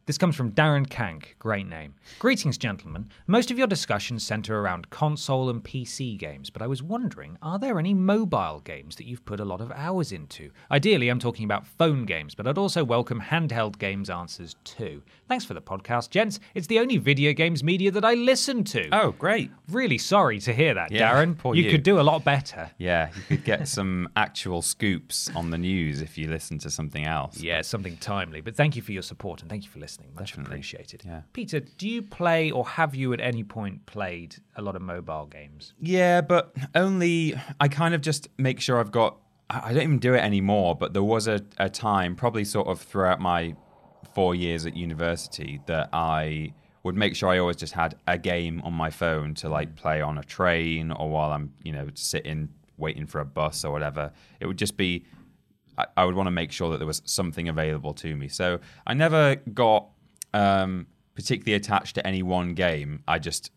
Speaker 1: This comes from Darren Kank, great name. Greetings, gentlemen. Most of your discussions centre around console and PC games, but I was wondering are there any mobile games that you've put a lot of hours into? Ideally, I'm talking about phone games, but I'd also welcome handheld games answers too. Thanks for the podcast, gents. It's the only video games media that I listen to.
Speaker 2: Oh, great.
Speaker 1: Really sorry to hear that,
Speaker 2: Yeah,
Speaker 1: Darren.
Speaker 2: poor you.
Speaker 1: could do a lot better.
Speaker 2: Yeah, you could get some [laughs] actual scoops on the news if you listen to something else.
Speaker 1: Yeah, something timely. But thank you for your support and thank you for listening. Much appreciated.
Speaker 2: yeah.
Speaker 1: Peter, do you play or have you at any point played a lot of mobile games?
Speaker 2: Yeah, but only I kind of just make sure I've got. I I don't even do it anymore, but there was a, a time, probably sort of throughout my four years at university, that I would make sure I always just had a game on my phone to like play on a train or while I'm, you know, sitting waiting for a bus or whatever. It would just be I, I would want to make sure that there was something available to me. So I never got um, particularly attached to any one game. I just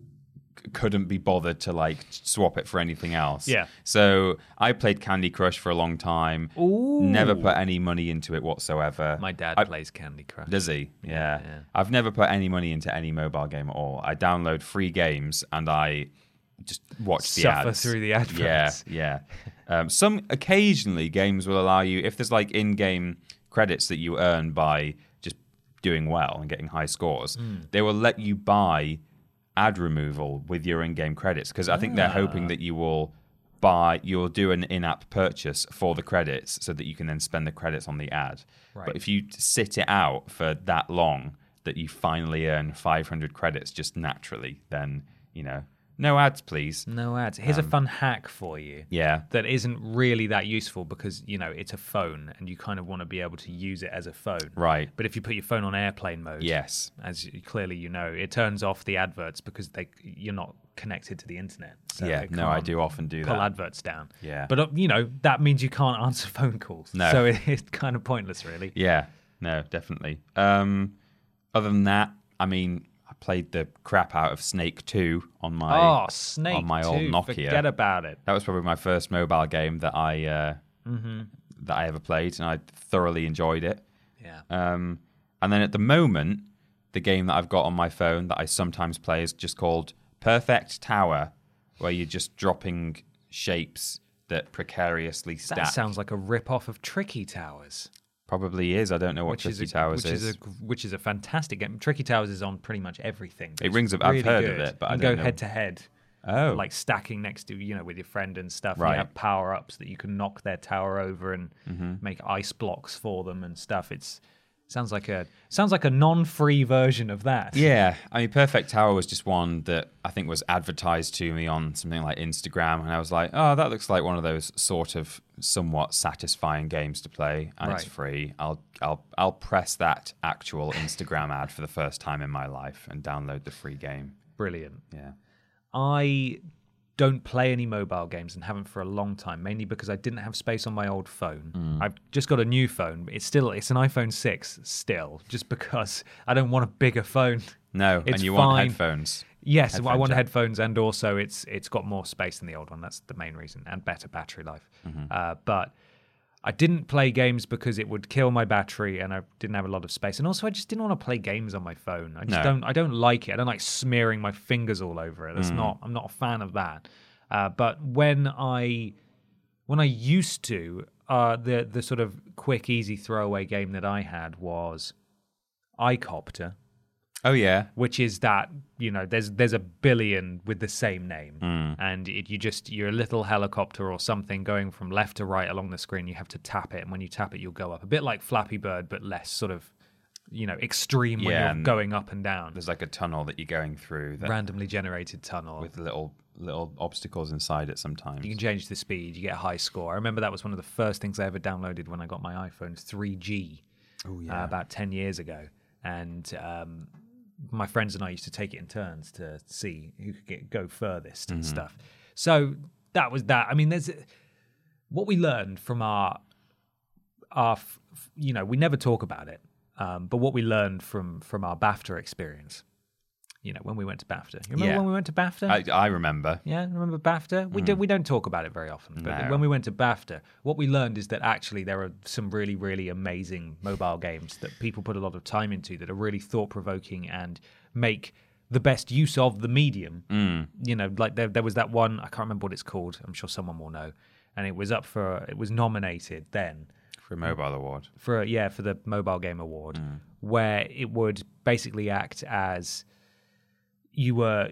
Speaker 2: c- couldn't be bothered to like swap it for anything else.
Speaker 1: Yeah.
Speaker 2: So I played Candy Crush for a long time. Ooh. Never put any money into it whatsoever.
Speaker 1: My dad
Speaker 2: I-
Speaker 1: plays Candy Crush.
Speaker 2: Does he? Yeah. I've never put any money into any mobile game at all. I download free games and I just watch the
Speaker 1: Suffer
Speaker 2: ads.
Speaker 1: through the adverts.
Speaker 2: Yeah,
Speaker 1: [laughs]
Speaker 2: yeah. Um, some occasionally games will allow you if there's like in-game credits that you earn by just doing well and getting high scores,
Speaker 1: Hmm.
Speaker 2: they will let you buy ad removal with your in-game credits because I think they're
Speaker 1: Ah.
Speaker 2: hoping that you will buy you'll do an in-app purchase for the credits so that you can then spend the credits on the ad. But if you sit it out for that long that you finally earn 500 credits just naturally, then you know, no ads please.
Speaker 1: No ads. Here's
Speaker 2: Um,
Speaker 1: a fun hack for you.
Speaker 2: Yeah.
Speaker 1: That isn't really that useful because, you know, it's a phone and you kind of want to be able to use it as a phone.
Speaker 2: Right.
Speaker 1: But if you put your phone on airplane mode,
Speaker 2: Yes.
Speaker 1: as you, clearly you know, it turns off the adverts because they you're not connected to the internet. So
Speaker 2: yeah.
Speaker 1: it
Speaker 2: No, I
Speaker 1: can't
Speaker 2: do often do
Speaker 1: Pull
Speaker 2: that.
Speaker 1: adverts down.
Speaker 2: Yeah.
Speaker 1: But, uh, you know, that means you can't answer [laughs] phone calls.
Speaker 2: No.
Speaker 1: So it, it's kind of pointless, really.
Speaker 2: yeah. No, definitely. Um, other than that, I mean, I played the crap out of Snake 2 on my
Speaker 1: oh, Snake.
Speaker 2: on my old
Speaker 1: 2,
Speaker 2: Nokia.
Speaker 1: Forget about it.
Speaker 2: That was probably my first mobile game that I uh,
Speaker 1: Mm-hmm.
Speaker 2: that I ever played, and I thoroughly enjoyed it.
Speaker 1: Yeah.
Speaker 2: Um, and then at the moment, the game that I've got on my phone that I sometimes play is just called Perfect Tower, where you're just dropping shapes that precariously stack.
Speaker 1: that sounds like a rip off of Tricky Towers.
Speaker 2: probably is. I don't know Oh, what
Speaker 1: which
Speaker 2: Tricky
Speaker 1: is a,
Speaker 2: Towers
Speaker 1: which
Speaker 2: is.
Speaker 1: is. a gr- which is a fantastic game. Tricky Towers is on pretty much everything.
Speaker 2: It
Speaker 1: It's
Speaker 2: rings a- I've
Speaker 1: really
Speaker 2: heard of
Speaker 1: good.
Speaker 2: it, but I
Speaker 1: you
Speaker 2: don't
Speaker 1: go
Speaker 2: know.
Speaker 1: head to head.
Speaker 2: Oh.
Speaker 1: like stacking next to you know with your friend and stuff.
Speaker 2: Right. Mm-hmm.
Speaker 1: You have power ups that you can knock their tower over and make ice blocks for them and stuff. It's sounds like a sounds like a non free version of that.
Speaker 2: Yeah, I mean, Perfect Tower was just one that I think was advertised to me on something like Instagram, and I was like, oh, that looks like one of those sort of somewhat satisfying games to play, and it's
Speaker 1: Right.
Speaker 2: free. I'll I'll I'll press that actual Instagram ad for the first time in my life and download the free game.
Speaker 1: brilliant.
Speaker 2: Yeah.
Speaker 1: I don't play any mobile games and haven't for a long time, mainly because I didn't have space on my old phone.
Speaker 2: Mm.
Speaker 1: I've just got a new phone. It's still it's an iPhone six still, just because I don't want a bigger phone.
Speaker 2: No,
Speaker 1: It's
Speaker 2: and you
Speaker 1: fine.
Speaker 2: want headphones.
Speaker 1: Yes, I
Speaker 2: Headphone
Speaker 1: want
Speaker 2: jack.
Speaker 1: headphones, and also it's it's got more space than the old one. That's the main reason, and better battery life. Uh, but I didn't play games because it would kill my battery, and I didn't have a lot of space, and also I just didn't want to play games on my phone. I just
Speaker 2: No.
Speaker 1: don't I don't like it. I don't like smearing my fingers all over it. That's not I'm not a fan of that. Uh, but when I when I used to, uh, the the sort of quick, easy throwaway game that I had was iCopter
Speaker 2: Oh yeah,
Speaker 1: which is that you know there's there's a billion with the same name
Speaker 2: Mm.
Speaker 1: and it, you just you're a little helicopter or something going from left to right along the screen you have to tap it and when you tap it you'll go up a bit like flappy bird but less sort of you know extreme when
Speaker 2: Yeah,
Speaker 1: you're
Speaker 2: and
Speaker 1: going up and down
Speaker 2: there's like a tunnel that you're going through that
Speaker 1: randomly generated tunnel
Speaker 2: with little little obstacles inside it sometimes.
Speaker 1: you can change the speed you get a high score i remember that was one of the first things i ever downloaded when i got my iphone 3g
Speaker 2: Oh,
Speaker 1: uh, about 10 years ago and um, my friends and i used to take it in turns to see who could get, go furthest
Speaker 2: Mm-hmm.
Speaker 1: and stuff so that was that i mean there's what we learned from our our f- f- you know we never talk about it um, but what we learned from from our bafta experience you know when we went to bafta you remember
Speaker 2: Yeah.
Speaker 1: when we went to bafta
Speaker 2: I, I remember.
Speaker 1: yeah, remember BAFTA? We do, we don't talk about it very often, but
Speaker 2: No.
Speaker 1: when we went to BAFTA, what we learned is that actually there are some really really amazing mobile games that people put a lot of time into that are really thought provoking and make the best use of the medium. You know, like there there was that one I can't remember what it's called. I'm sure someone will know, and it was up for it was nominated then
Speaker 2: For a mobile award.
Speaker 1: for yeah for the mobile game award where it would basically act as you were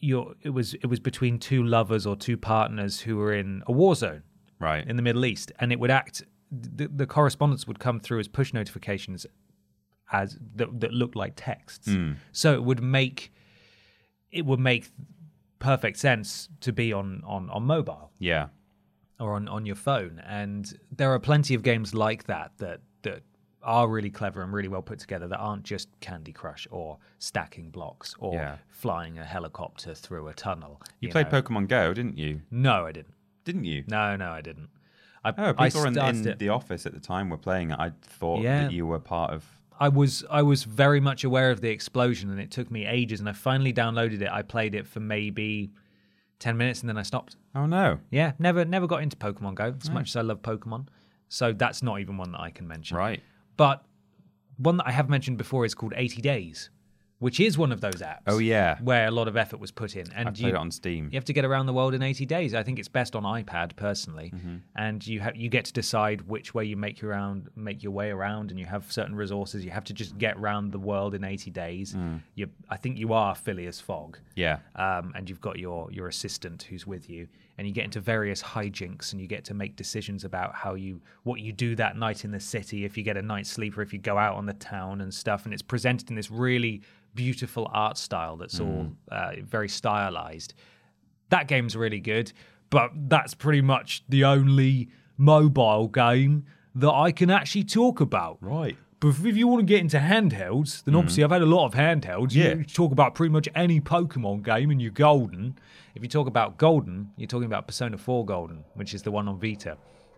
Speaker 1: you it was it was between two lovers or two partners who were in a war zone
Speaker 2: Right.
Speaker 1: in the Middle East, and it would act. The, the correspondence would come through as push notifications, as that, that looked like texts. So it would make it would make perfect sense to be on on on mobile
Speaker 2: yeah.
Speaker 1: or on on your phone, and there are plenty of games like that that that are really clever and really well put together that aren't just Candy Crush or stacking blocks or
Speaker 2: Yeah.
Speaker 1: flying a helicopter through a tunnel.
Speaker 2: You,
Speaker 1: you
Speaker 2: played
Speaker 1: know.
Speaker 2: Pokemon Go, didn't you?
Speaker 1: No, I didn't.
Speaker 2: Didn't you?
Speaker 1: No, no, I didn't. I,
Speaker 2: Oh,
Speaker 1: I
Speaker 2: people in,
Speaker 1: started
Speaker 2: in
Speaker 1: it-
Speaker 2: the office at the time were playing it. I thought
Speaker 1: Yeah.
Speaker 2: that you were part of
Speaker 1: I was I was very much aware of the explosion, and it took me ages. And I finally downloaded it. I played it for maybe ten minutes, and then I stopped.
Speaker 2: Oh no.
Speaker 1: Yeah, never never got into Pokemon Go as much as I love Pokemon. So that's not even one that I can mention.
Speaker 2: Right.
Speaker 1: But one that I have mentioned before is called 80 Days, which is one of those apps.
Speaker 2: Oh, yeah.
Speaker 1: Where a lot of effort was put in. And
Speaker 2: I played it on Steam.
Speaker 1: You have to get around the world in 80 days. I think it's best on iPad personally.
Speaker 2: Mm-hmm.
Speaker 1: And you ha- you get to decide which way you make your round make your way around and you have certain resources. You have to just get around the world in 80 days.
Speaker 2: Mm.
Speaker 1: You I think you are Phileas Fogg
Speaker 2: Yeah.
Speaker 1: um, and you've got your your assistant who's with you, and you get into various hijinks, and you get to make decisions about how you what you do that night in the city, if you get a night's sleep, or if you go out on the town and stuff. And it's presented in this really beautiful art style that's all uh, very stylized. That game's really good, but that's pretty much the only mobile game that I can actually talk about.
Speaker 2: Right.
Speaker 1: But if if you want to get into handhelds, then obviously I've had a lot of handhelds.
Speaker 2: Mm. Yeah.
Speaker 1: You talk about pretty much any Pokemon game and you're golden. If you talk about golden, you're talking about Persona 4 Golden, which is the one on Vita,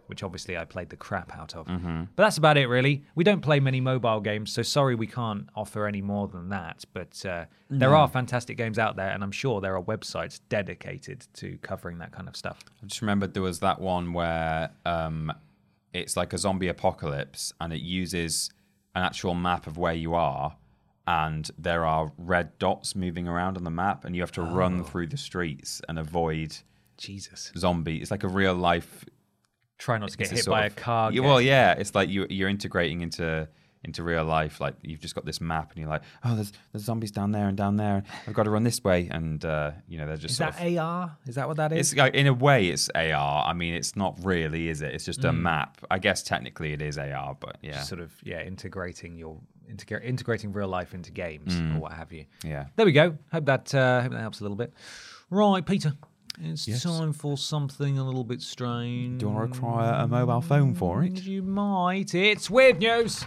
Speaker 1: which obviously I played the crap out of.
Speaker 2: Mm-hmm.
Speaker 1: But that's about it, really. We don't play many mobile games, so sorry we can't offer any more than that. But uh, there are fantastic games out there, and I'm sure there are websites dedicated to covering that kind of stuff.
Speaker 2: I just remembered there was that one where um, it's like a zombie apocalypse and it uses an actual map of where you are and there are red dots moving around on the map and you have to
Speaker 1: Oh.
Speaker 2: run through the streets and avoid
Speaker 1: Jesus.
Speaker 2: zombie. It's like a real life
Speaker 1: Try not to get
Speaker 2: it's a
Speaker 1: hit
Speaker 2: sort
Speaker 1: by
Speaker 2: of-
Speaker 1: a car.
Speaker 2: Yeah,
Speaker 1: game.
Speaker 2: Well, yeah, it's like you you're integrating into into real life. Like you've just got this map, and you're like, oh, there's there's zombies down there and down there. and I've got to run this way, and uh, you know they're just
Speaker 1: Is
Speaker 2: sort
Speaker 1: that
Speaker 2: of.
Speaker 1: AR? Is that what that is?
Speaker 2: It's like, in a way, it's AR. I mean, it's not really, is it? It's just a map. I guess technically it is AR, but yeah,
Speaker 1: just sort of yeah integrating your integra- integrating real life into games
Speaker 2: Mm.
Speaker 1: or what have you.
Speaker 2: yeah.
Speaker 1: There we go. Hope that uh, hope that helps a little bit. Right, Peter. It's time for something a little bit strange.
Speaker 2: Do I require a mobile phone for it?
Speaker 1: You might. It's weird news.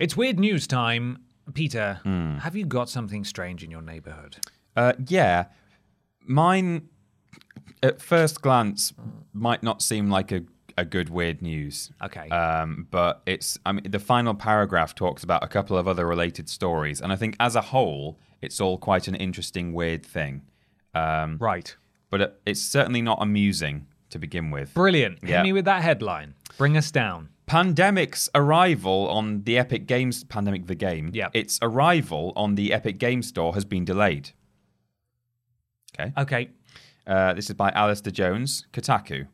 Speaker 1: It's weird news time. Peter,
Speaker 2: Mm.
Speaker 1: have you got something strange in your neighborhood?
Speaker 2: Uh, yeah, mine at first glance might not seem like a, a good weird news.
Speaker 1: Okay.
Speaker 2: Um, but it's I mean the final paragraph talks about a couple of other related stories, and I think as a whole, it's all quite an interesting weird thing. Um,
Speaker 1: Right.
Speaker 2: But it, it's certainly not amusing to begin with.
Speaker 1: Brilliant. Hit
Speaker 2: Yeah.
Speaker 1: me with that headline. Bring us down.
Speaker 2: Pandemic's arrival on the Epic Games Pandemic the game.
Speaker 1: Yeah.
Speaker 2: Its arrival on the Epic Games Store has been delayed. Okay.
Speaker 1: Okay.
Speaker 2: Uh, this is by Alistair Jones, Kotaku.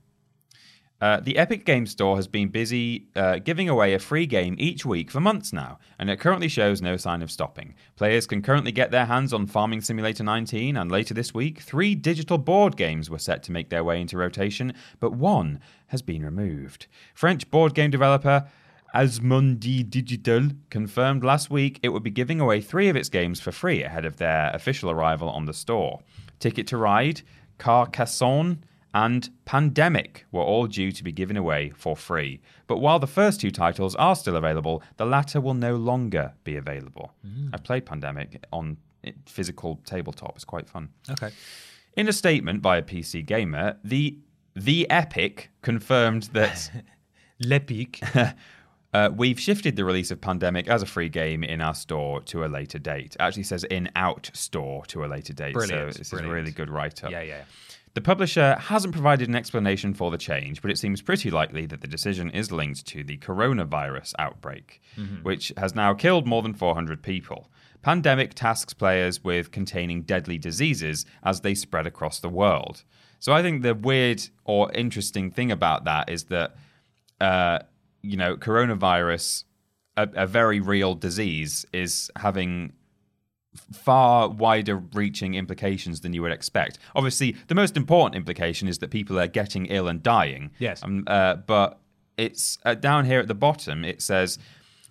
Speaker 2: Uh, the Epic Game Store has been busy uh, giving away a free game each week for months now, and it currently shows no sign of stopping. Players can currently get their hands on Farming Simulator 19, and later this week, three digital board games were set to make their way into rotation, but one has been removed. French board game developer Asmundi Digital confirmed last week it would be giving away three of its games for free ahead of their official arrival on the store Ticket to Ride, Carcassonne, and Pandemic were all due to be given away for free. But while the first two titles are still available, the latter will no longer be available. I've played Pandemic on physical tabletop, it's quite fun.
Speaker 1: Okay.
Speaker 2: In a statement by a PC gamer, the the Epic confirmed that
Speaker 1: Lepic.
Speaker 2: uh, we've shifted the release of Pandemic as a free game in our store to a later date. It actually says in out store to a later date.
Speaker 1: Brilliant,
Speaker 2: So this is
Speaker 1: brilliant.
Speaker 2: a really good write up.
Speaker 1: yeah, yeah.
Speaker 2: The publisher hasn't provided an explanation for the change, but it seems pretty likely that the decision is linked to the coronavirus outbreak,
Speaker 1: Mm-hmm.
Speaker 2: which has now killed more than 400 people. Pandemic tasks players with containing deadly diseases as they spread across the world. So I think the weird or interesting thing about that is that, uh, you know, coronavirus, a, a very real disease, is having far wider reaching implications than you would expect. Obviously, the most important implication is that people are getting ill and dying.
Speaker 1: Yes.
Speaker 2: Um, uh, but it's uh, down here at the bottom, it says.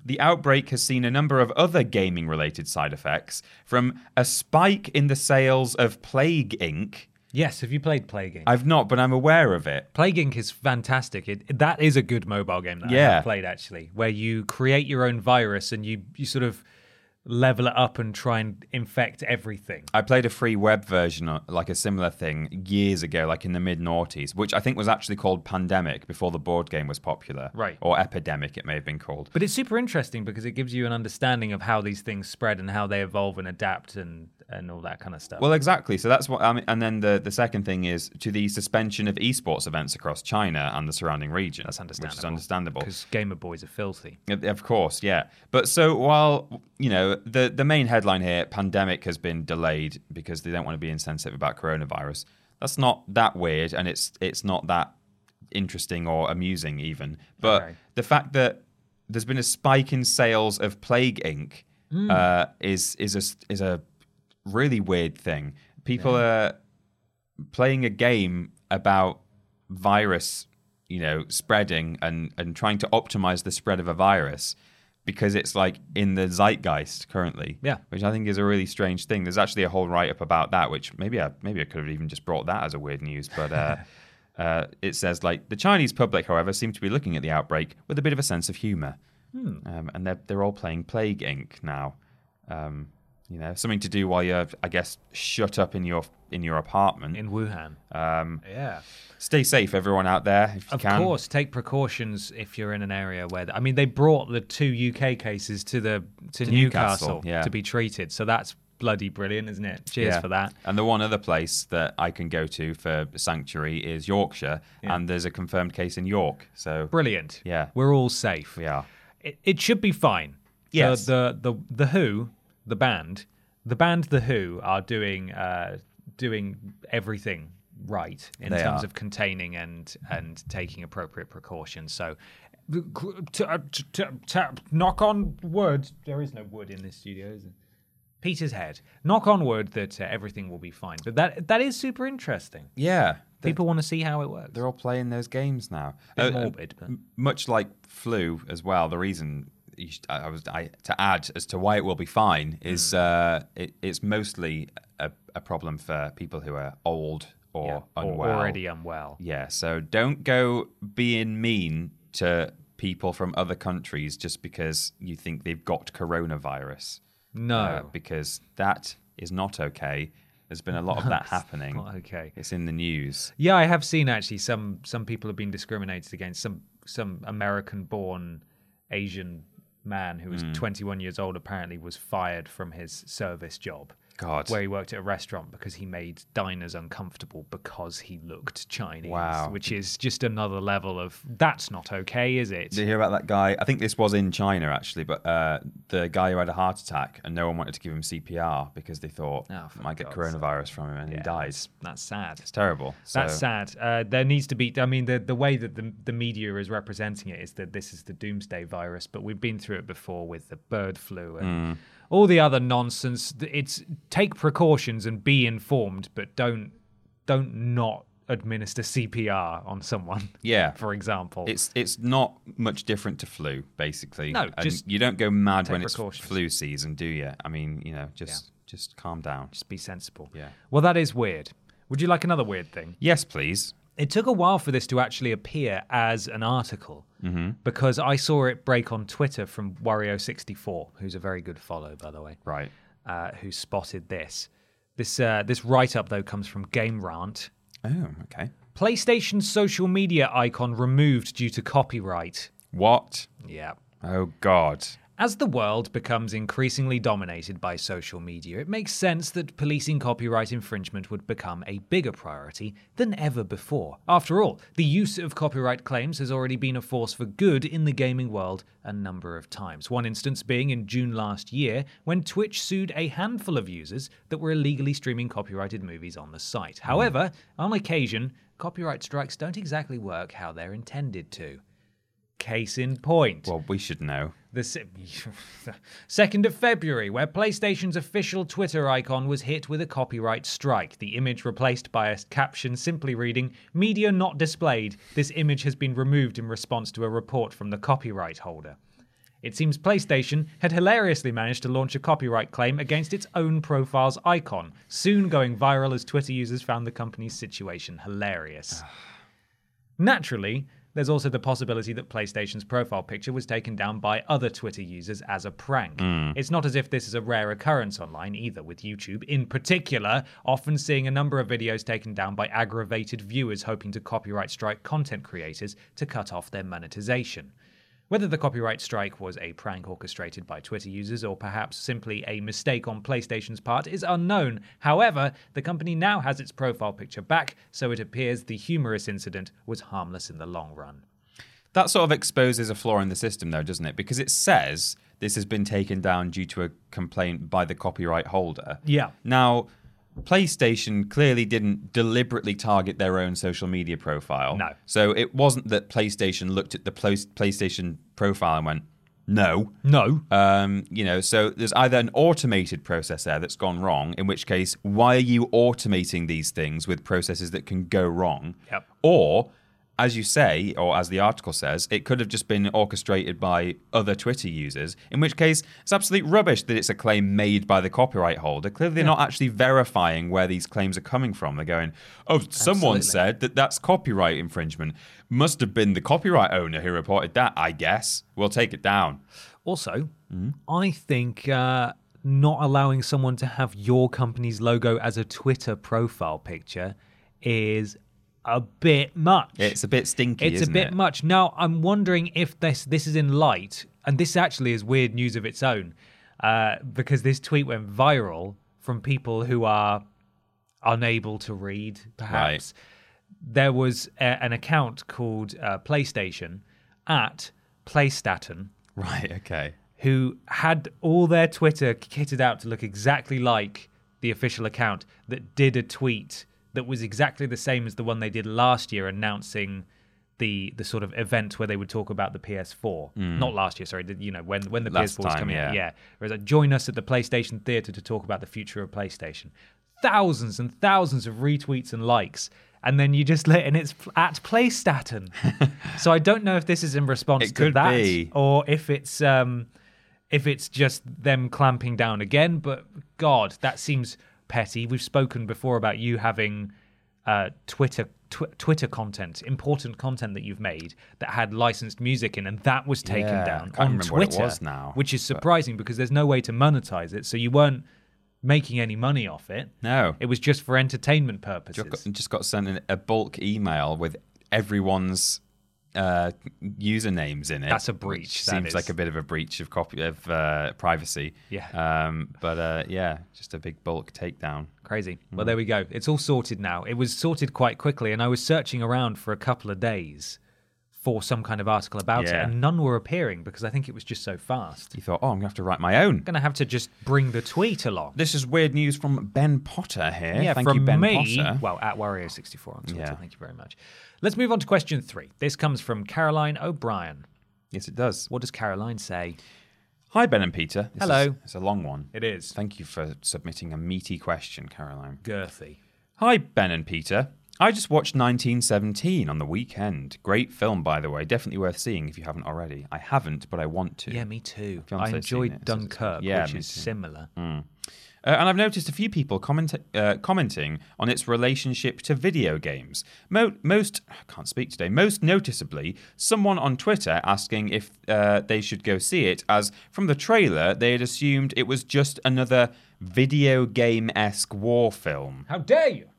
Speaker 2: The outbreak has seen a number of other gaming related side effects, from a spike in the sales of Plague Inc.
Speaker 1: Yes, have you played Plague Inc?
Speaker 2: I've not, but I'm aware of it.
Speaker 1: Plague Inc is fantastic. It, that is a good mobile game that I
Speaker 2: Yeah.
Speaker 1: have played actually, where you create your own virus and you you sort of level it up and try and infect everything.
Speaker 2: I played a free web version, uh, like a similar thing, years ago, like in the mid noughties, which I think was actually called Pandemic before the board game was popular.
Speaker 1: Right.
Speaker 2: Or Epidemic, it may have been called.
Speaker 1: But it's super interesting because it gives you an understanding of how these things spread and how they evolve and adapt and and all that kind of stuff.
Speaker 2: Well, exactly. So that's what. I mean, and then the the second thing is to the suspension of esports events across China and the surrounding region.
Speaker 1: that's understandable.
Speaker 2: Which is understandable.
Speaker 1: because gamer boys are filthy.
Speaker 2: Of of course, yeah. But so while you know the the main headline here, pandemic has been delayed because they don't want to be insensitive about coronavirus. That's not that weird, and it's it's not that interesting or amusing even. But
Speaker 1: Okay.
Speaker 2: the fact that there's been a spike in sales of Plague Inc. Uh, is is a is a really weird thing. People are playing a game about virus, you know, spreading and and trying to optimize the spread of a virus because it's like in the zeitgeist currently.
Speaker 1: Yeah.
Speaker 2: which I think is a really strange thing. There's actually a whole write up about that, which maybe I maybe I could have even just brought that as a weird news, but. Uh, Uh, it says like the Chinese public, however, seem to be looking at the outbreak with a bit of a sense of humour, um, and they're they're all playing Plague Inc. now. Um, you know, something to do while you're, I guess, shut up in your in your apartment.
Speaker 1: In Wuhan. Um, yeah.
Speaker 2: Stay safe, everyone out there, if you
Speaker 1: Of
Speaker 2: can.
Speaker 1: course, take precautions if you're in an area where. I mean, they brought the two UK cases to the to, Newcastle,
Speaker 2: Newcastle, yeah.
Speaker 1: to be treated, so that's bloody brilliant, isn't it? Cheers
Speaker 2: Yeah.
Speaker 1: for that.
Speaker 2: And the one other place that I can go to for sanctuary is Yorkshire, and there's a confirmed case in York. So
Speaker 1: Brilliant.
Speaker 2: Yeah.
Speaker 1: we're all safe.
Speaker 2: we are.
Speaker 1: it, it should be fine. The-
Speaker 2: Yes.
Speaker 1: The, the the Who, the band, the band The Who are doing uh, doing everything right in
Speaker 2: They
Speaker 1: terms
Speaker 2: are.
Speaker 1: of containing and and taking appropriate precautions. So. the- t- uh, t- t- t- knock on wood. There is no wood in this studio, is it? Peter's head. Knock on wood that uh, everything will be fine. But that that is super interesting.
Speaker 2: Yeah, they-
Speaker 1: People want to see how it works.
Speaker 2: they're all playing those games now.
Speaker 1: Bit
Speaker 2: Uh,
Speaker 1: morbid, but-
Speaker 2: m- much like flu as well. The reason you should, I I was I, to add as to why it will be fine is
Speaker 1: Mm.
Speaker 2: uh, it, it's mostly a, a problem for people who are old or
Speaker 1: Yeah, or
Speaker 2: unwell.
Speaker 1: already unwell.
Speaker 2: Yeah, so don't go being mean to people from other countries just because you think they've got coronavirus. Uh,
Speaker 1: No.
Speaker 2: because that is not okay. There's been a lot of that
Speaker 1: [laughs]
Speaker 2: happening.
Speaker 1: not okay.
Speaker 2: It's in the news.
Speaker 1: Yeah, I have seen actually some some people have been discriminated against. Some some American-born Asian man who was
Speaker 2: Mm.
Speaker 1: 21 years old apparently was fired from his service job.
Speaker 2: God.
Speaker 1: Where he worked at a restaurant because he made diners uncomfortable because he looked Chinese.
Speaker 2: Wow.
Speaker 1: Which is just another level of that's not okay, is it?
Speaker 2: Did you hear about that guy? I think this was in China actually, but uh, the guy who had a heart attack and no one wanted to give him CPR because they thought
Speaker 1: Oh, for
Speaker 2: might get
Speaker 1: God's sake.
Speaker 2: coronavirus from him and he died.
Speaker 1: That's, that's sad.
Speaker 2: It's terrible. So,
Speaker 1: That's sad. Uh, there needs to be. I mean, the the way that the the media is representing it is that this is the doomsday virus, but we've been through it before with the bird flu
Speaker 2: Hmm.
Speaker 1: and all the other nonsense. Th- It's take precautions and be informed, but don't don't not administer CPR on someone. [laughs]
Speaker 2: Yeah.
Speaker 1: for example.
Speaker 2: It's it's not much different to flu, basically.
Speaker 1: No,
Speaker 2: and
Speaker 1: just
Speaker 2: you don't go mad
Speaker 1: take
Speaker 2: when it's
Speaker 1: precautions.
Speaker 2: flu season, do you? I mean, you know, just just calm down.
Speaker 1: just be sensible.
Speaker 2: Yeah.
Speaker 1: Well, that is weird. Would you like another weird thing?
Speaker 2: Yes, please.
Speaker 1: It took a while for this to actually appear as an article because I saw it break on Twitter from Wario64, who's a very good follow, by the way
Speaker 2: Right.
Speaker 1: uh, who spotted this. This uh, this write up though comes from Game Rant.
Speaker 2: Oh, okay.
Speaker 1: PlayStation social media icon removed due to copyright.
Speaker 2: What?
Speaker 1: Yeah.
Speaker 2: Oh God.
Speaker 1: As the world becomes increasingly dominated by social media, it makes sense that policing copyright infringement would become a bigger priority than ever before. After all, the use of copyright claims has already been a force for good in the gaming world a number of times. One instance being in June last year, when Twitch sued a handful of users that were illegally streaming copyrighted movies on the site. However, on occasion, copyright strikes don't exactly work how they're intended to. Case in point
Speaker 2: Well, we should know.
Speaker 1: the se- [laughs] 2nd of February, where PlayStation's official Twitter icon was hit with a copyright strike. The image replaced by a caption simply reading, Media not displayed. This image has been removed in response to a report from the copyright holder. It seems PlayStation had hilariously managed to launch a copyright claim against its own profile's icon, soon going viral as Twitter users found the company's situation hilarious. Naturally, there's also the possibility that PlayStation's profile picture was taken down by other Twitter users as a prank. It's not as if this is a rare occurrence online either, with YouTube in particular often seeing a number of videos taken down by aggravated viewers hoping to copyright strike content creators to cut off their monetization. Whether the copyright strike was a prank orchestrated by Twitter users or perhaps simply a mistake on PlayStation's part is unknown. However, the company now has its profile picture back, so it appears the humorous incident was harmless in the long run.
Speaker 2: That sort of exposes a flaw in the system, though, doesn't it? Because it says this has been taken down due to a complaint by the copyright holder.
Speaker 1: Yeah.
Speaker 2: Now, PlayStation clearly didn't deliberately target their own social media profile.
Speaker 1: No.
Speaker 2: So it wasn't that PlayStation looked at the pla- PlayStation profile and went, no.
Speaker 1: No.
Speaker 2: Um, you know, so there's either an automated process there that's gone wrong, in which case, why are you automating these things with processes that can go wrong?
Speaker 1: Yep.
Speaker 2: Or, as you say, or as the article says, it could have just been orchestrated by other Twitter users, in which case, it's absolute rubbish that it's a claim made by the copyright holder. Clearly, they're not actually verifying where these claims are coming from. They're going, oh, someone said that that's copyright infringement. Must have been the copyright owner who reported that, I guess. We'll take it down.
Speaker 1: Also, I think uh, not allowing someone to have your company's logo as a Twitter profile picture is a bit much.
Speaker 2: It's a bit stinky.
Speaker 1: It's a
Speaker 2: isn't
Speaker 1: bit
Speaker 2: it?
Speaker 1: much. Now I'm wondering if this this is in light, and this actually is weird news of its own, uh, because this tweet went viral from people who are unable to read. Perhaps there was a, an account called uh, PlayStation at PlayStatin
Speaker 2: Right. Okay.
Speaker 1: who had all their Twitter kitted out to look exactly like the official account that did a tweet that was exactly the same as the one they did last year announcing the the sort of event where they would talk about the PS4. Not last year, sorry, the- you know, when when the
Speaker 2: Mm. Last
Speaker 1: PS4 was
Speaker 2: time,
Speaker 1: coming out.
Speaker 2: yeah.
Speaker 1: Yeah. Whereas like, join us at the PlayStation Theatre to talk about the future of PlayStation. Thousands and thousands of retweets and likes. And then you just let, and it's at
Speaker 2: [laughs]
Speaker 1: PlayStatin. so I don't know if this is in response
Speaker 2: It
Speaker 1: to
Speaker 2: could
Speaker 1: that
Speaker 2: be.
Speaker 1: or if it's um if it's just them clamping down again but god that seems petty we've spoken before about you having uh twitter tw- twitter content important content that you've made that had licensed music in and that was taken
Speaker 2: Yeah,
Speaker 1: down
Speaker 2: I can't
Speaker 1: on
Speaker 2: remember what it
Speaker 1: twitter
Speaker 2: was now,
Speaker 1: which is surprising because there's no way to monetize it so you weren't making any money off it
Speaker 2: No.
Speaker 1: it was just for entertainment purposes
Speaker 2: Just got, just got sent an, a bulk email with everyone's uh, usernames in it.
Speaker 1: That's a
Speaker 2: which
Speaker 1: breach, that
Speaker 2: Seems
Speaker 1: is.
Speaker 2: like a bit of a breach of copy of uh, privacy.
Speaker 1: Yeah.
Speaker 2: Um, but uh, yeah, just a big bulk takedown.
Speaker 1: Crazy.
Speaker 2: Mm.
Speaker 1: Well, there we go. It's all sorted now. It was sorted quite quickly, and I was searching around for a couple of days for some kind of article about
Speaker 2: Yeah.
Speaker 1: it, and none were appearing because I think it was just so fast.
Speaker 2: You thought, oh, I'm gonna have to write my own.
Speaker 1: I'm going to have to just bring the tweet along.
Speaker 2: This is weird news from Ben Potter here.
Speaker 1: yeah,
Speaker 2: Thank
Speaker 1: from
Speaker 2: you, Ben
Speaker 1: me.
Speaker 2: Potter.
Speaker 1: Well, at Wario64 on Twitter.
Speaker 2: Yeah.
Speaker 1: Thank you very much. Let's move on to question three. This comes from Caroline O'Brien.
Speaker 2: yes, it does.
Speaker 1: What does Caroline say?
Speaker 2: Hi, Ben and Peter. This
Speaker 1: Hello.
Speaker 2: is- it's a long one.
Speaker 1: It is.
Speaker 2: Thank you for submitting a meaty question, Caroline.
Speaker 1: Girthy.
Speaker 2: Hi, Ben and Peter. I just watched 1917 on the weekend. Great film, by the way. Definitely worth seeing if you haven't already. I haven't, but I want to.
Speaker 1: Yeah, me too.
Speaker 2: Fiance's
Speaker 1: I
Speaker 2: seen
Speaker 1: enjoyed
Speaker 2: it, so it's-
Speaker 1: Dunkirk,
Speaker 2: yeah,
Speaker 1: which
Speaker 2: me
Speaker 1: is
Speaker 2: too.
Speaker 1: similar.
Speaker 2: Uh, and I've noticed a few people comment, uh, commenting on its relationship to video games. Mo- most, I can't speak today, most noticeably, someone on Twitter asking if uh, they should go see it, as from the trailer, they had assumed it was just another video game esque war film.
Speaker 1: How dare you?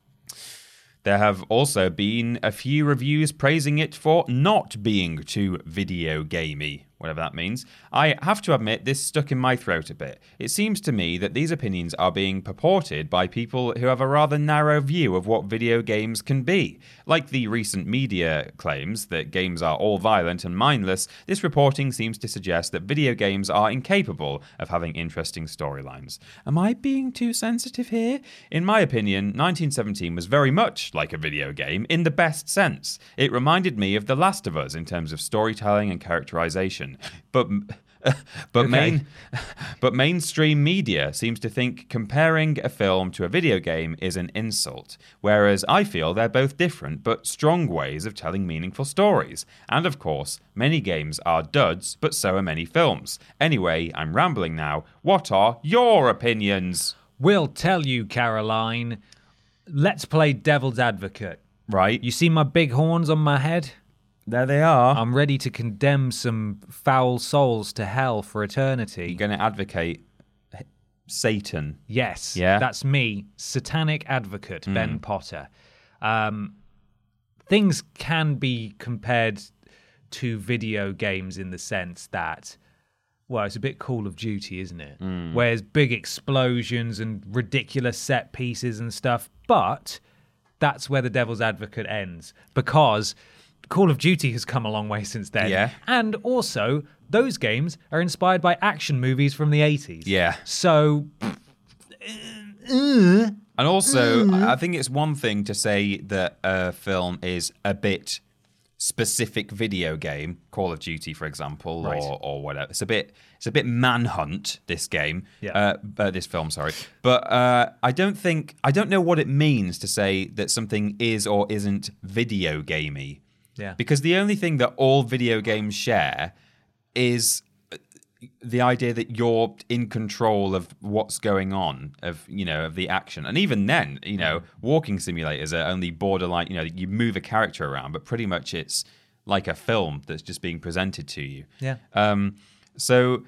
Speaker 2: There have also been a few reviews praising it for not being too video gamey, whatever that means. I have to admit, this stuck in my throat a bit. It seems to me that these opinions are being purported by people who have a rather narrow view of what video games can be. Like the recent media claims that games are all violent and mindless, this reporting seems to suggest that video games are incapable of having interesting storylines. Am I being too sensitive here? In my opinion, 1917 was very much like a video game in the best sense. It reminded me of The Last of Us in terms of storytelling and characterization. But [laughs] but main but mainstream media seems to think comparing a film to a video game is an insult, whereas I feel they're both different but strong ways of telling meaningful stories. And of course, many games are duds, but so are many films. Anyway, I'm rambling now. What are your opinions?
Speaker 1: We'll tell you, Caroline. Let's play devil's advocate.
Speaker 2: Right.
Speaker 1: You see my big horns on my head?
Speaker 2: there they are.
Speaker 1: I'm ready to condemn some foul souls to hell for eternity.
Speaker 2: You're going to advocate h- Satan.
Speaker 1: Yes.
Speaker 2: Yeah. Hmm.
Speaker 1: That's me, satanic advocate Ben Potter. Um, things can be compared to video games in the sense that, well, it's a bit Call of Duty, isn't it?
Speaker 2: Hmm.
Speaker 1: Where's big explosions and ridiculous set pieces and stuff, but that's where the devil's advocate ends because Call of Duty has come a long way since then.
Speaker 2: Yeah.
Speaker 1: And also, those games are inspired by action movies from the 80s.
Speaker 2: Yeah.
Speaker 1: So
Speaker 2: And also, I I think it's one thing to say that a film is a bit specific video game, Call of Duty, for example, or, or whatever. It's a bit, it's a bit manhunt. This game,
Speaker 1: Yeah.
Speaker 2: uh, uh, this film, sorry. But uh, I don't think I don't know what it means to say that something is or isn't video gamey.
Speaker 1: Yeah.
Speaker 2: Because the only thing that all video games share is uh, the idea that you're in control of what's going on of you know of the action and even then you know walking simulators are only borderline you know you move a character around but pretty much it's like a film that's just being presented to you
Speaker 1: Yeah.
Speaker 2: um so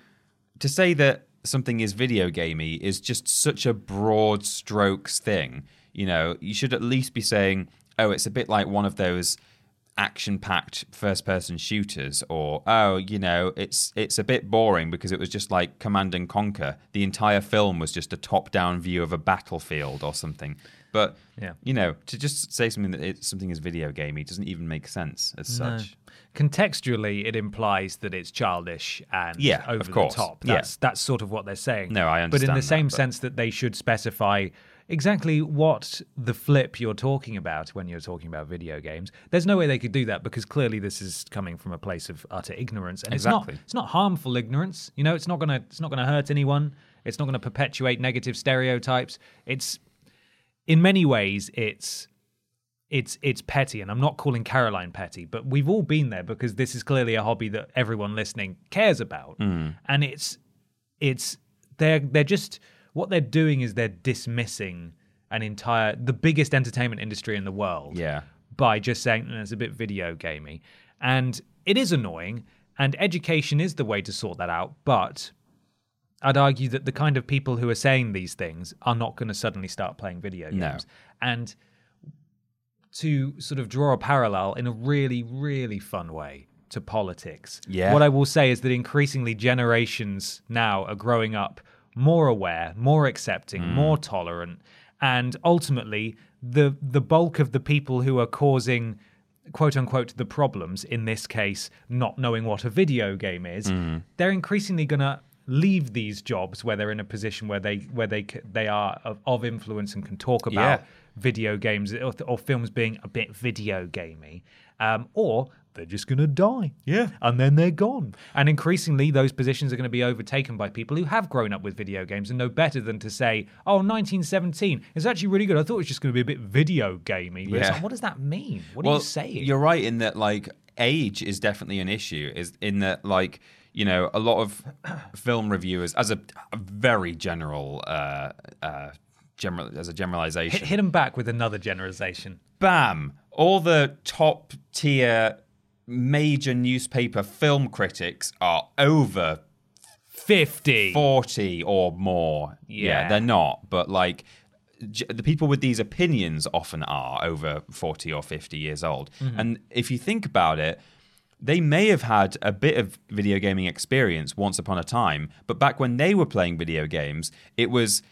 Speaker 2: to say that something is video gamey is just such a broad strokes thing you know you should at least be saying oh it's a bit like one of those action packed first person shooters or oh you know it's it's a bit boring because it was just like command and conquer the entire film was just a top down view of a battlefield or something but
Speaker 1: Yeah.
Speaker 2: you know to just say something that it, something is video gamey doesn't even make sense as such
Speaker 1: contextually it implies that it's childish and
Speaker 2: Yeah,
Speaker 1: over
Speaker 2: of course.
Speaker 1: the top.
Speaker 2: Yeah.
Speaker 1: That's that's sort of what they're saying.
Speaker 2: No, I
Speaker 1: But
Speaker 2: understand
Speaker 1: in
Speaker 2: that,
Speaker 1: the same
Speaker 2: but-
Speaker 1: sense that they should specify exactly what the flip you're talking about when you're talking about video games. There's no way they could do that because clearly this is coming from a place of utter ignorance and it's
Speaker 2: Exactly.
Speaker 1: not it's not harmful ignorance. You know, it's not going to it's not going to hurt anyone. It's not going to perpetuate negative stereotypes. It's in many ways it's it's it's petty and i'm not calling caroline petty but we've all been there because this is clearly a hobby that everyone listening cares about and it's it's they're they're just what they're doing is they're dismissing an entire the biggest entertainment industry in the world
Speaker 2: yeah
Speaker 1: by just saying "Mm, it's a bit video gamey and it is annoying and education is the way to sort that out but I'd argue that the kind of people who are saying these things are not going to suddenly start playing video games.
Speaker 2: No.
Speaker 1: And to sort of draw a parallel in a really, really fun way to politics,
Speaker 2: Yeah.
Speaker 1: what I will say is that increasingly generations now are growing up more aware, more accepting, more tolerant, and ultimately the the bulk of the people who are causing quote unquote the problems in this case not knowing what a video game is they're increasingly going to leave these jobs where they're in a position where they where they c- they are of, of influence and can talk about
Speaker 2: Yeah.
Speaker 1: video games or, or films being a bit video gamey, um, or they're just going to die. Yeah. And then they're gone. And increasingly, those positions are going to be overtaken by people who have grown up with video games and know better than to say, oh, 1917 is actually really good. I thought it was just going to be a bit video gamey. But it's
Speaker 2: Yeah.
Speaker 1: like, what does that mean? What are you saying?
Speaker 2: are right in that like age is definitely an issue. Is in that like you know, a lot of [clears throat] film reviewers, as a, a very general, uh, uh, general as a generalization,
Speaker 1: Hit, hit them back with another generalization.
Speaker 2: bam, all the top tier major newspaper film critics are over
Speaker 1: 50.
Speaker 2: 40 or more.
Speaker 1: Yeah.
Speaker 2: they're not, but like j- the people with these opinions often are over 40 or 50 years old.
Speaker 1: Mm-hmm.
Speaker 2: And if you think about it, they may have had a bit of video gaming experience once upon a time, but back when they were playing video games, it was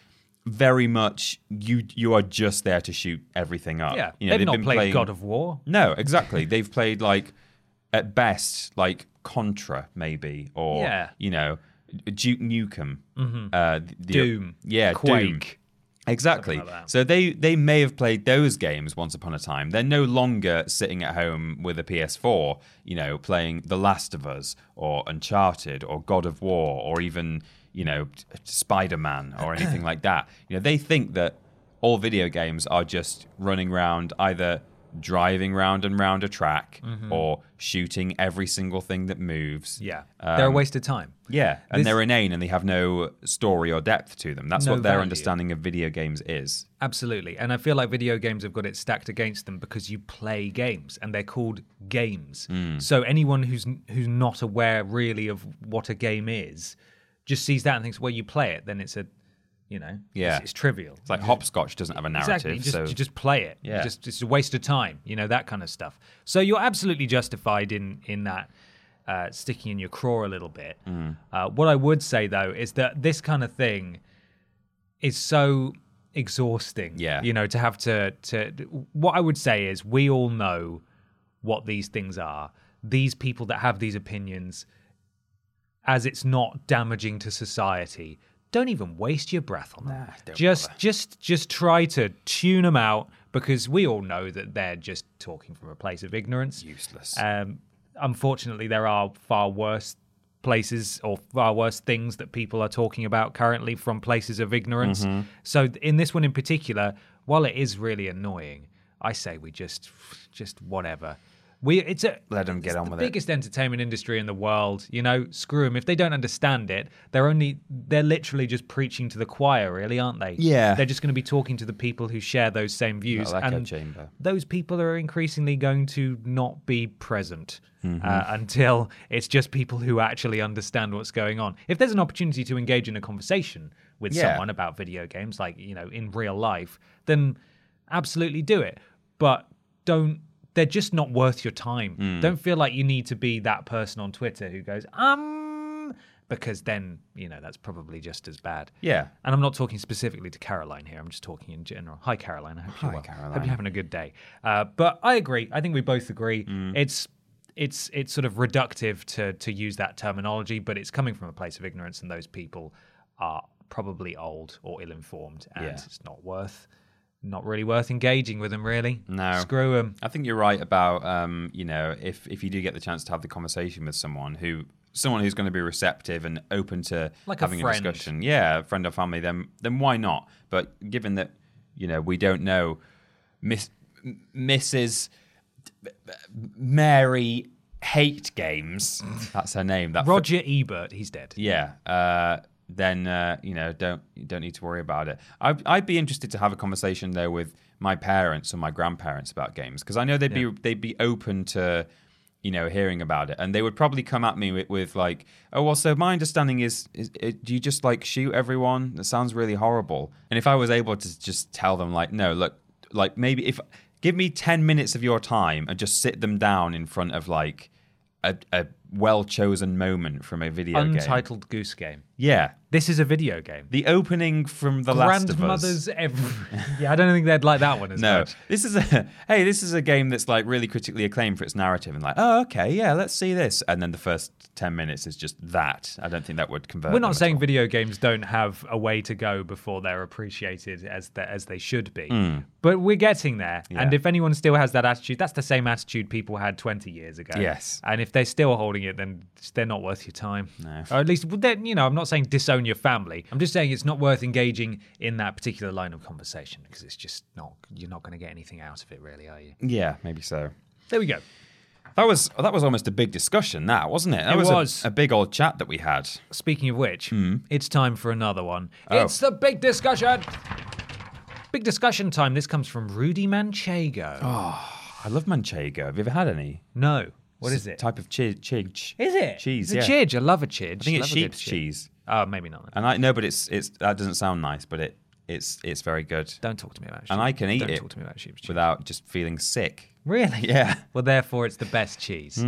Speaker 2: very much you you are just there to shoot everything up.
Speaker 1: Yeah.
Speaker 2: You
Speaker 1: They've not played God of War.
Speaker 2: No, exactly. They've played like at best like Contra maybe or
Speaker 1: Yeah. Mm-hmm.
Speaker 2: you know Duke Nukem, uh, the- the-
Speaker 1: Doom.
Speaker 2: yeah, Doom.
Speaker 1: Quake.
Speaker 2: Exactly. so they they may have played those games once upon a time. They're no longer sitting at home with a PS4, you know, playing The Last of Us or Uncharted or God of War or even you know Spider Man or anything like that. [clears throat] You know, they think that all video games are just running round either driving round and round a track or shooting every single thing that moves.
Speaker 1: Mm-hmm.
Speaker 2: Um,
Speaker 1: Yeah. They're a waste of time.
Speaker 2: Yeah, and
Speaker 1: This-
Speaker 2: they're inane and they have no story or depth to them. That's
Speaker 1: No
Speaker 2: what their
Speaker 1: value.
Speaker 2: understanding of video games is.
Speaker 1: Absolutely. And I feel like video games have got it stacked against them because you play games and they're called games.
Speaker 2: Mm.
Speaker 1: So anyone who's who's not aware really of what a game is just sees that and thinks, well, you play it, then it's a, you know,
Speaker 2: Yeah.
Speaker 1: it's, it's trivial.
Speaker 2: It's like hopscotch doesn't have a narrative,
Speaker 1: Exactly. You just,
Speaker 2: so
Speaker 1: you just play it. You
Speaker 2: Yeah.
Speaker 1: just it's a waste of time. You know that kind of stuff. So you're absolutely justified in in that uh, sticking in your craw a little bit.
Speaker 2: Mm.
Speaker 1: Uh, what I would say though is that this kind of thing is so exhausting.
Speaker 2: Yeah.
Speaker 1: You know to have to to. What I would say is we all know what these things are. These people that have these opinions, as it's not damaging to society, don't even waste your breath on them. just, just, just try to tune them out because we all know that they're just talking from a place of ignorance. Useless. Um, unfortunately, there are far worse places or far worse things that people are talking about currently from places of ignorance.
Speaker 2: Mm-hmm.
Speaker 1: So th- in this one in particular, while it is really annoying, I say we just, just whatever. We it's a
Speaker 2: Let 'em get
Speaker 1: it's
Speaker 2: on
Speaker 1: the
Speaker 2: with it.
Speaker 1: biggest biggest entertainment industry in the world. You know, screw them if they don't understand it. They're only they're literally just preaching to the choir, really, aren't they?
Speaker 2: Yeah.
Speaker 1: They're just going to be talking to the people who share those same views,
Speaker 2: That echo
Speaker 1: and
Speaker 2: chamber.
Speaker 1: those people are increasingly going to not be present
Speaker 2: Mm-hmm.
Speaker 1: uh, until it's just people who actually understand what's going on. If there's an opportunity to engage in a conversation with
Speaker 2: Yeah.
Speaker 1: someone about video games, like you know, in real life, then absolutely do it. But don't they're just not worth your time. Don't feel like you need to be that person on Twitter who goes, um because then, you know, that's probably just as bad.
Speaker 2: Yeah.
Speaker 1: And I'm not talking specifically to Caroline here. I'm just talking in general. Hi, Caroline. I hope you're well. Hope you're having a good day. Uh, but I agree. I think we both agree.
Speaker 2: Mm.
Speaker 1: It's it's it's sort of reductive to to use that terminology, but it's coming from a place of ignorance, and those people are probably old or ill-informed, and
Speaker 2: Yeah.
Speaker 1: it's not worth not really worth engaging with them. Really,
Speaker 2: No.
Speaker 1: screw them.
Speaker 2: I think you're right about um, you know if if you do get the chance to have the conversation with someone who someone who's going to be receptive and open to
Speaker 1: Like a
Speaker 2: having
Speaker 1: friend.
Speaker 2: discussion, yeah, a friend or family, then then why not? But given that you know we don't know Miss M- Mrs. Mary Hate Games, that's her name. That
Speaker 1: Roger Ebert, he's dead.
Speaker 2: yeah, uh, then uh, you know don't you don't need to worry about it. I'd, I'd be interested to have a conversation though with my parents or my grandparents about games because I know they'd be they'd be open to you know hearing about it, and they would probably come at me with, with like, oh well, so my understanding is, is it, do you just like shoot everyone? That sounds really horrible. And if I was able to just tell them like, no, look, like maybe if give me ten minutes of your time and just sit them down in front of like. A, a well-chosen moment from a video game.
Speaker 1: Untitled Goose Game.
Speaker 2: Yeah.
Speaker 1: This is a video game.
Speaker 2: The opening from The Last of Us.
Speaker 1: Grandmothers every.
Speaker 2: [laughs]
Speaker 1: yeah, I don't think they'd like that one as
Speaker 2: No,
Speaker 1: much.
Speaker 2: this is a [laughs] hey. This is a game that's like really critically acclaimed for its narrative, and like, oh, okay, yeah, let's see this. And then the first ten minutes is just that. I don't think that would convert.
Speaker 1: We're
Speaker 2: them
Speaker 1: not
Speaker 2: at
Speaker 1: saying
Speaker 2: all.
Speaker 1: video games don't have a way to go before they're appreciated as the, as they should be, but we're getting there. And if anyone still has that attitude, that's the same attitude people had 20 years ago.
Speaker 2: Yes.
Speaker 1: And if they're still holding it, then they're not worth your time. No. Or at least, well, then you know, I'm not saying disown your family. I'm just saying it's not worth engaging in that particular line of conversation because it's just not. You're not going to get anything out of it, really, are you?
Speaker 2: Yeah, maybe so.
Speaker 1: There we go.
Speaker 2: That was that was almost a big discussion, that wasn't it? That
Speaker 1: It
Speaker 2: a-
Speaker 1: was.
Speaker 2: A, big old chat that we had.
Speaker 1: Speaking of which,
Speaker 2: Hmm.
Speaker 1: it's time for another one.
Speaker 2: Oh.
Speaker 1: It's the big discussion. Big discussion time. This comes from Rudy Manchego.
Speaker 2: I love manchego. Have you ever had any?
Speaker 1: No. What
Speaker 2: It's
Speaker 1: is
Speaker 2: a
Speaker 1: it?
Speaker 2: Type of cheese. Chig-
Speaker 1: Is it?
Speaker 2: cheese?
Speaker 1: It's
Speaker 2: yeah.
Speaker 1: a chidge. I love a chidge.
Speaker 2: I think it's
Speaker 1: Love a good
Speaker 2: sheep's cheese.
Speaker 1: Oh, maybe not.
Speaker 2: And I no, but it's it's that doesn't sound nice, but it it's it's very good.
Speaker 1: Don't talk to me about sheep.
Speaker 2: And I can eat
Speaker 1: Don't
Speaker 2: it
Speaker 1: talk to me about sheep's cheese.
Speaker 2: without just feeling sick.
Speaker 1: Really?
Speaker 2: Yeah.
Speaker 1: Well, therefore, it's the best cheese.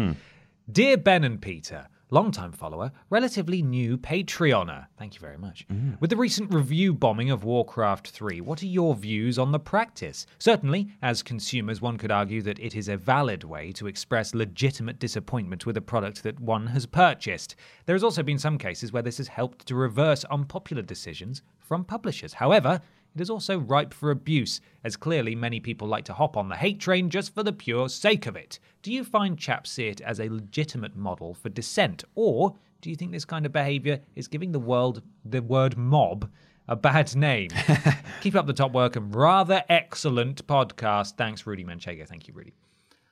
Speaker 1: Dear Ben and Peter, long-time follower, relatively new Patreoner. Thank you very much. With the recent review bombing of Warcraft 3, what are your views on the practice? Certainly, as consumers, one could argue that it is a valid way to express legitimate disappointment with a product that one has purchased. There has also been some cases where this has helped to reverse unpopular decisions from publishers. However, it is also ripe for abuse, as clearly many people like to hop on the hate train just for the pure sake of it. Do you find chaps see it as a legitimate model for dissent, or do you think this kind of behaviour is giving the world the word mob a bad
Speaker 2: [laughs]
Speaker 1: name? Keep up the top work and rather excellent podcast. Thanks, Rudy Manchego. Thank you, Rudy.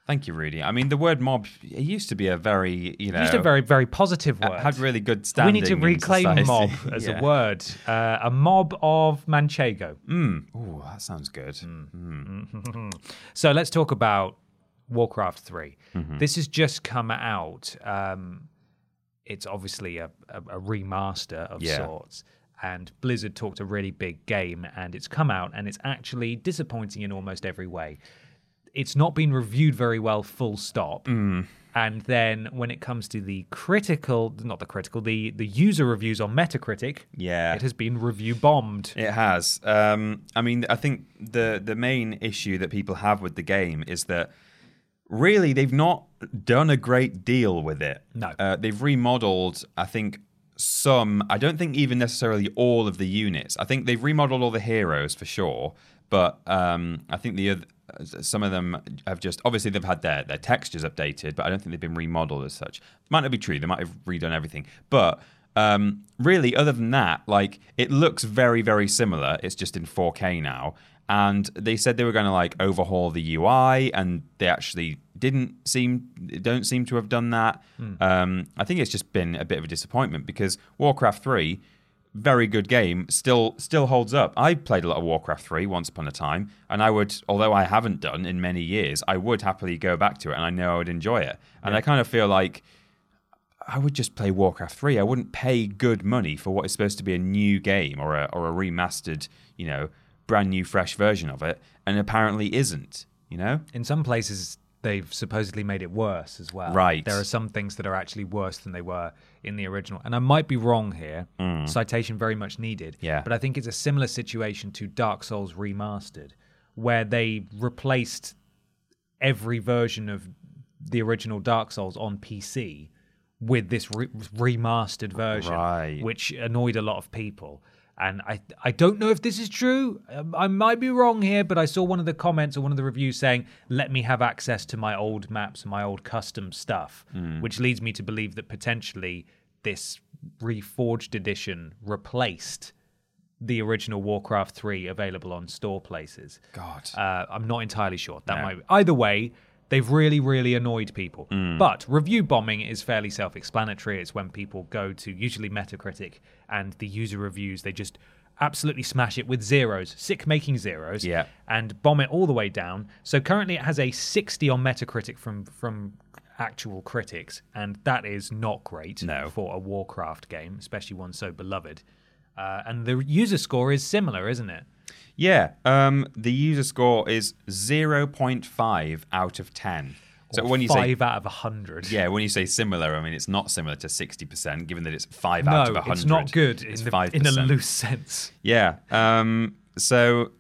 Speaker 2: Thank you, Rudy. I mean, the word mob it used to be a very you know
Speaker 1: Just a very, very positive word.
Speaker 2: had really good
Speaker 1: we
Speaker 2: standing.
Speaker 1: need to
Speaker 2: in
Speaker 1: reclaim
Speaker 2: society. [laughs]
Speaker 1: mob as
Speaker 2: Yeah.
Speaker 1: a word. Uh, a mob of Manchego.
Speaker 2: Mm. Ooh, that sounds good.
Speaker 1: Mm. So let's talk about Warcraft 3.
Speaker 2: Mm-hmm.
Speaker 1: This has just come out. Um, it's obviously a, a, a remaster of
Speaker 2: Yeah.
Speaker 1: sorts. And Blizzard talked a really big game, and it's come out, and it's actually disappointing in almost every way. It's not been reviewed very well, full stop.
Speaker 2: Mm.
Speaker 1: And then when it comes to the critical, not the critical, the, the user reviews on Metacritic,
Speaker 2: Yeah.
Speaker 1: it has been review bombed.
Speaker 2: It has. Um, I mean, I think the the main issue that people have with the game is that really they've not done a great deal with it.
Speaker 1: No.
Speaker 2: uh, they've remodeled. I think some. I don't think even necessarily all of the units. I think they've remodeled all the heroes for sure, but um, I think the other. Some of them have just obviously they've had their, their textures updated, but I don't think they've been remodeled as such. Might not be true; they might have redone everything. But um, really, other than that, like it looks very, very similar. It's just in 4K now. And they said they were going to like overhaul the UI, and they actually didn't seem, don't seem to have done that. Um, I think it's just been a bit of a disappointment because Warcraft 3, very good game, still still holds up. I played a lot of Warcraft 3 once upon a time, and I would, although I haven't done in many years, I would happily go back to it, and I know I would enjoy it. And I kind of feel like I would just play Warcraft 3. I wouldn't pay good money for what is supposed to be a new game or a, or a remastered, you know, brand new fresh version of it, and apparently isn't, you know?
Speaker 1: in some places they've supposedly made it worse as well.
Speaker 2: Right.
Speaker 1: There are some things that are actually worse than they were in the original. And I might be wrong here. Citation very much needed.
Speaker 2: Hmm. Yeah.
Speaker 1: But I think it's a similar situation to Dark Souls Remastered, where they replaced every version of the original Dark Souls on PC with this re- remastered version,
Speaker 2: Right.
Speaker 1: which annoyed a lot of people. And I, I don't know if this is true. Um, I might be wrong here, but I saw one of the comments or one of the reviews saying, "Let me have access to my old maps and my old custom stuff,"
Speaker 2: Hmm.
Speaker 1: which leads me to believe that potentially this reforged edition replaced the original Warcraft 3 available on store places.
Speaker 2: God.
Speaker 1: Uh, I'm not entirely sure. That might either way. They've really, really annoyed people.
Speaker 2: Mm.
Speaker 1: But review bombing is fairly self explanatory. It's when people go to usually Metacritic and the user reviews, they just absolutely smash it with zeros, sick making zeros,
Speaker 2: Yeah.
Speaker 1: and bomb it all the way down. So currently it has a 60 on Metacritic from, from actual critics, and that is not great
Speaker 2: No.
Speaker 1: for a Warcraft game, especially one so beloved. Uh, and the user score is similar, isn't it?
Speaker 2: Yeah, um, the user score is 0.5 out of 10. So
Speaker 1: Or
Speaker 2: when you say
Speaker 1: five out of a hundred.
Speaker 2: yeah, when you say similar, I mean it's not similar to 60% given that it's 5
Speaker 1: no,
Speaker 2: out of 100.
Speaker 1: it's not good in,
Speaker 2: It's
Speaker 1: the,
Speaker 2: 5%.
Speaker 1: in a loose sense.
Speaker 2: Yeah. Um, so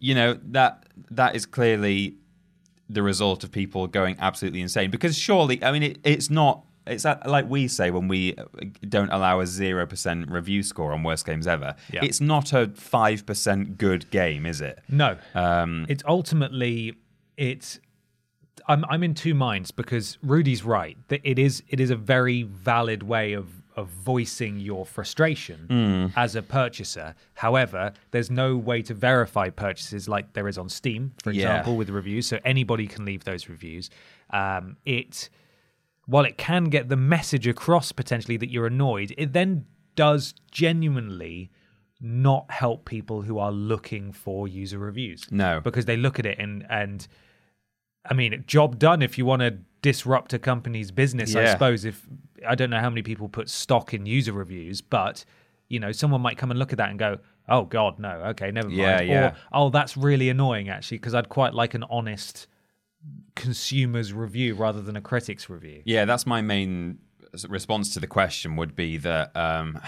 Speaker 2: you know that that is clearly the result of people going absolutely insane because surely, I mean, it, it's not. It's that- like we say when we uh, don't allow a zero percent review score on worst games ever.
Speaker 1: Yeah.
Speaker 2: It's not a five percent good game, is it?
Speaker 1: No,
Speaker 2: Um,
Speaker 1: it's ultimately it's. I'm I'm in two minds because Rudy's right that it is it is a very valid way of of voicing your frustration
Speaker 2: Hmm.
Speaker 1: as a purchaser. However, there's no way to verify purchases like there is on Steam, for
Speaker 2: Yeah.
Speaker 1: example, with reviews. So anybody can leave those reviews. Um, it while it can get the message across potentially that you're annoyed, it then does genuinely not help people who are looking for user reviews.
Speaker 2: No.
Speaker 1: Because they look at it and and I mean, job done if you want to disrupt a company's business, I
Speaker 2: Yeah.
Speaker 1: suppose if I don't know how many people put stock in user reviews, but you know, someone might come and look at that and go, "Oh god, no. Okay, never mind."
Speaker 2: Yeah,
Speaker 1: or,
Speaker 2: yeah.
Speaker 1: "Oh, that's really annoying actually because I'd quite like an honest consumer's review rather than a critic's review."
Speaker 2: Yeah, that's my main s- response to the question would be that um,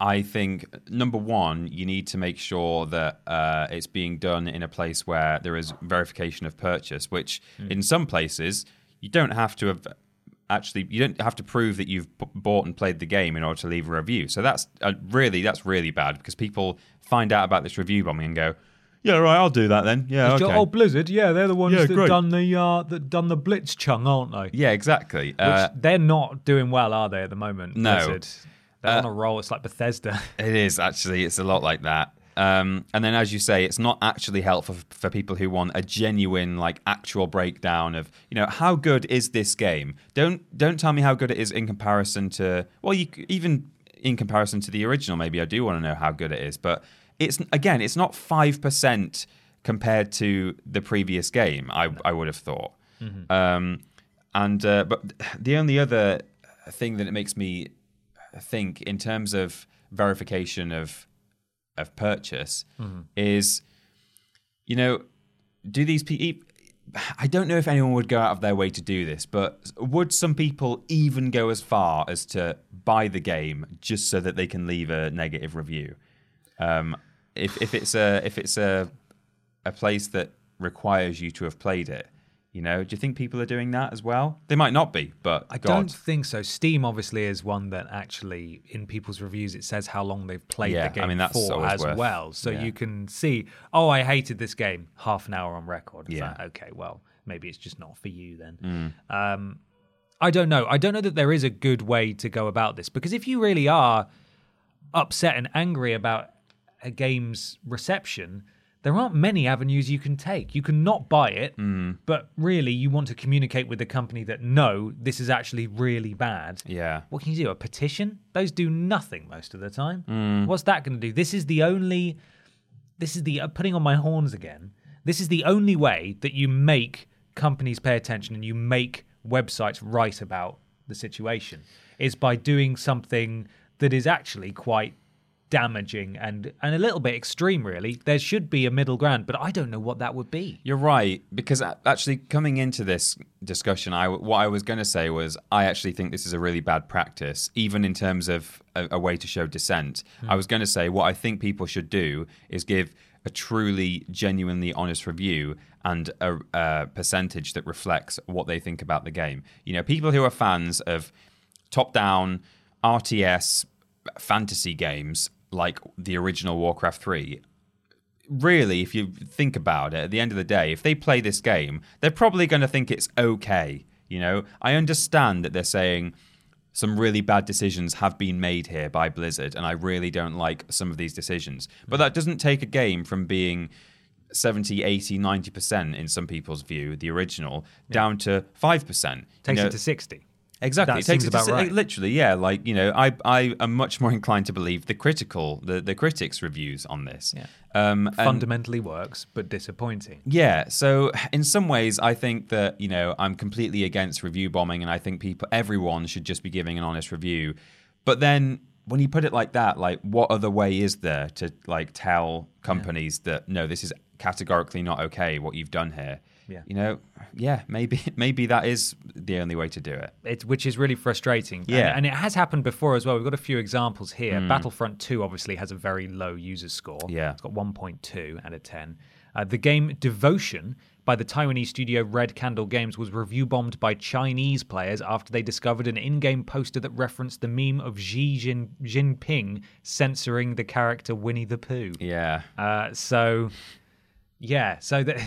Speaker 2: I think number one, you need to make sure that uh, it's being done in a place where there is verification of purchase, which in some places you don't have to have actually you don't have to prove that you've b- bought and played the game in order to leave a review. So that's uh, really that's really bad because people find out about this review bombing and go, yeah, right, I'll do that then. Yeah,
Speaker 1: It's
Speaker 2: okay.
Speaker 1: just- Oh, Blizzard, yeah, they're the ones
Speaker 2: Yeah,
Speaker 1: that
Speaker 2: great.
Speaker 1: done the uh, that done the Blitzchung, aren't they?
Speaker 2: yeah, exactly. Uh,
Speaker 1: Which they're not doing well, are they, at the moment?
Speaker 2: No. Uh,
Speaker 1: Blizzard? They're on a roll. It's like Bethesda. [laughs]
Speaker 2: It is actually. It's a lot like that. Um, and then, as you say, it's not actually helpful f- for people who want a genuine, like, actual breakdown of, you know, how good is this game? Don't don't tell me how good it is in comparison to, well, you c- even in comparison to the original. Maybe I do want to know how good it is, but it's again, it's not five percent compared to the previous game. I I would have thought. Um, and uh, but the only other thing that it makes me think in terms of verification of of purchase
Speaker 1: Mm-hmm.
Speaker 2: is you know do these people I don't know if anyone would go out of their way to do this, but would some people even go as far as to buy the game just so that they can leave a negative review? Um, if, if it's a if it's a a place that requires you to have played it, you know, do you think people are doing that as well? They might not be, but
Speaker 1: I
Speaker 2: God.
Speaker 1: don't think so. Steam obviously is one that actually in people's reviews it says how long they've played
Speaker 2: Yeah, I
Speaker 1: the game
Speaker 2: mean, that's
Speaker 1: for
Speaker 2: always
Speaker 1: as
Speaker 2: worth-
Speaker 1: well. So
Speaker 2: yeah.
Speaker 1: you can see, oh, I hated this game. Half an hour on record. It's
Speaker 2: Yeah.
Speaker 1: like, okay, well, maybe it's just not for you then.
Speaker 2: Mm.
Speaker 1: Um, I don't know. I don't know that there is a good way to go about this because if you really are upset and angry about a game's reception, there aren't many avenues you can take. You can not buy it, but really you want to communicate with the company that no, this is actually really bad.
Speaker 2: Yeah.
Speaker 1: What can you do? A petition? Those do nothing most of the time.
Speaker 2: Mm.
Speaker 1: What's that going to do? This is the only. This is the uh, putting on my horns again. This is the only way that you make companies pay attention and you make websites write about the situation is by doing something that is actually quite damaging and and a little bit extreme really there should be a middle ground but i don't know what that would be
Speaker 2: You're right because a- actually coming into this discussion, I what I was going to say was I actually think this is a really bad practice, even in terms of a, a way to show dissent. I was going to say what I think people should do is give a truly, genuinely honest review and a, a percentage that reflects what they think about the game. You know, people who are fans of top-down RTS fantasy games like the original Warcraft 3 really, if you think about it, at the end of the day, if they play this game, they're probably going to think it's okay. You know, I understand that they're saying some really bad decisions have been made here by Blizzard, and I really don't like some of these decisions. But that doesn't take a game from being 70, 80, 90% in some people's view, the original, down to 5%. you
Speaker 1: takes
Speaker 2: know.
Speaker 1: it to 60
Speaker 2: Exactly.
Speaker 1: That
Speaker 2: it takes
Speaker 1: seems
Speaker 2: it to
Speaker 1: about
Speaker 2: si-
Speaker 1: right.
Speaker 2: Literally, yeah. Like, you know, I I am much more inclined to believe the critical, the, the critics' reviews on this. Yeah. Um, and-
Speaker 1: fundamentally works but disappointing
Speaker 2: yeah, so in some ways, I think that you know I'm completely against review bombing, and I think people, everyone, should just be giving an honest review. But then, when you put it like that, like what other way is there to like tell companies that no, this is categorically not okay what you've done here?
Speaker 1: Yeah.
Speaker 2: you know, yeah, maybe [laughs] maybe that is the only way to do it.
Speaker 1: it, which is really frustrating. And-
Speaker 2: Yeah. Hmm.
Speaker 1: and, it has happened before as well. We've got a few examples here. Battlefront Two obviously has a very low user score.
Speaker 2: Yeah.
Speaker 1: it's got 1.2 out of 10. Uh, the game Devotion by the Taiwanese studio Red Candle Games was review bombed by Chinese players after they discovered an in-game poster that referenced the meme of Xi Jin- Jinping censoring the character Winnie the Pooh.
Speaker 2: Yeah,
Speaker 1: Uh, so, yeah, so that, [laughs]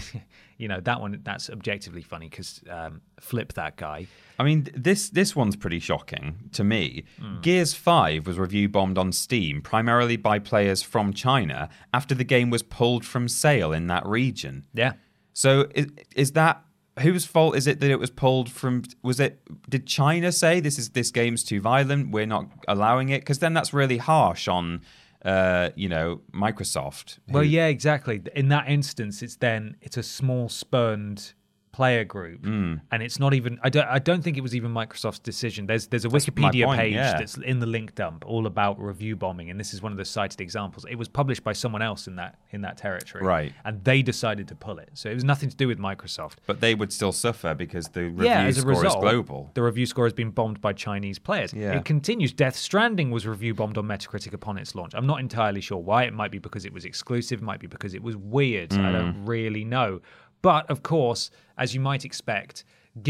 Speaker 1: you know that one that's objectively funny because um, flip that guy.
Speaker 2: I mean, th- this this one's pretty shocking to me.
Speaker 1: Hmm.
Speaker 2: Gears 5 was review bombed on Steam primarily by players from China after the game was pulled from sale in that region.
Speaker 1: Yeah,
Speaker 2: So is, is that whose fault is it that it was pulled from? Was it did China say this is this game's too violent? We're not allowing it because then that's really harsh on, uh, you know, Microsoft.
Speaker 1: Well, yeah, exactly. In that instance, it's then it's a small spurned player group,
Speaker 2: Hmm.
Speaker 1: and it's not even. I don't. I don't think it was even Microsoft's decision. There's there's a
Speaker 2: my
Speaker 1: Wikipedia
Speaker 2: point,
Speaker 1: page
Speaker 2: yeah.
Speaker 1: that's in the link dump all about review bombing, and this is one of the cited examples. It was published by someone else in that in that territory,
Speaker 2: Right.
Speaker 1: And they decided to pull it, so it was nothing to do with Microsoft.
Speaker 2: But they would still suffer because the review
Speaker 1: yeah, as a
Speaker 2: score
Speaker 1: result,
Speaker 2: is global.
Speaker 1: the review score has been bombed by Chinese players.
Speaker 2: Yeah.
Speaker 1: It continues. Death Stranding was review bombed on Metacritic upon its launch. I'm not entirely sure why. It might be because it was exclusive, it might be because it was weird. I
Speaker 2: Mm.
Speaker 1: don't really know. But of course, as you might expect,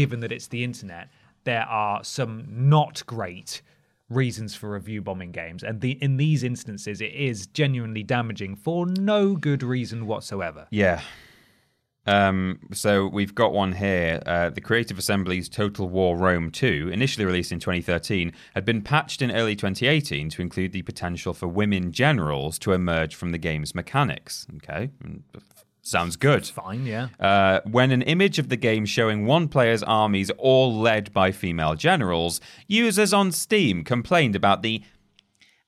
Speaker 1: given that it's the internet, there are some not great reasons for review bombing games. And the, in these instances, it is genuinely damaging for no good reason whatsoever.
Speaker 2: Yeah. Um, so we've got one here. Uh, the Creative Assembly's Total War Rome 2, initially released in 2013, had been patched in early 2018 to include the potential for women generals to emerge from the game's mechanics. Okay, mm, sounds good.
Speaker 1: Fine, yeah.
Speaker 2: Uh, when an image of the game showing one player's armies all led by female generals, users on Steam complained about the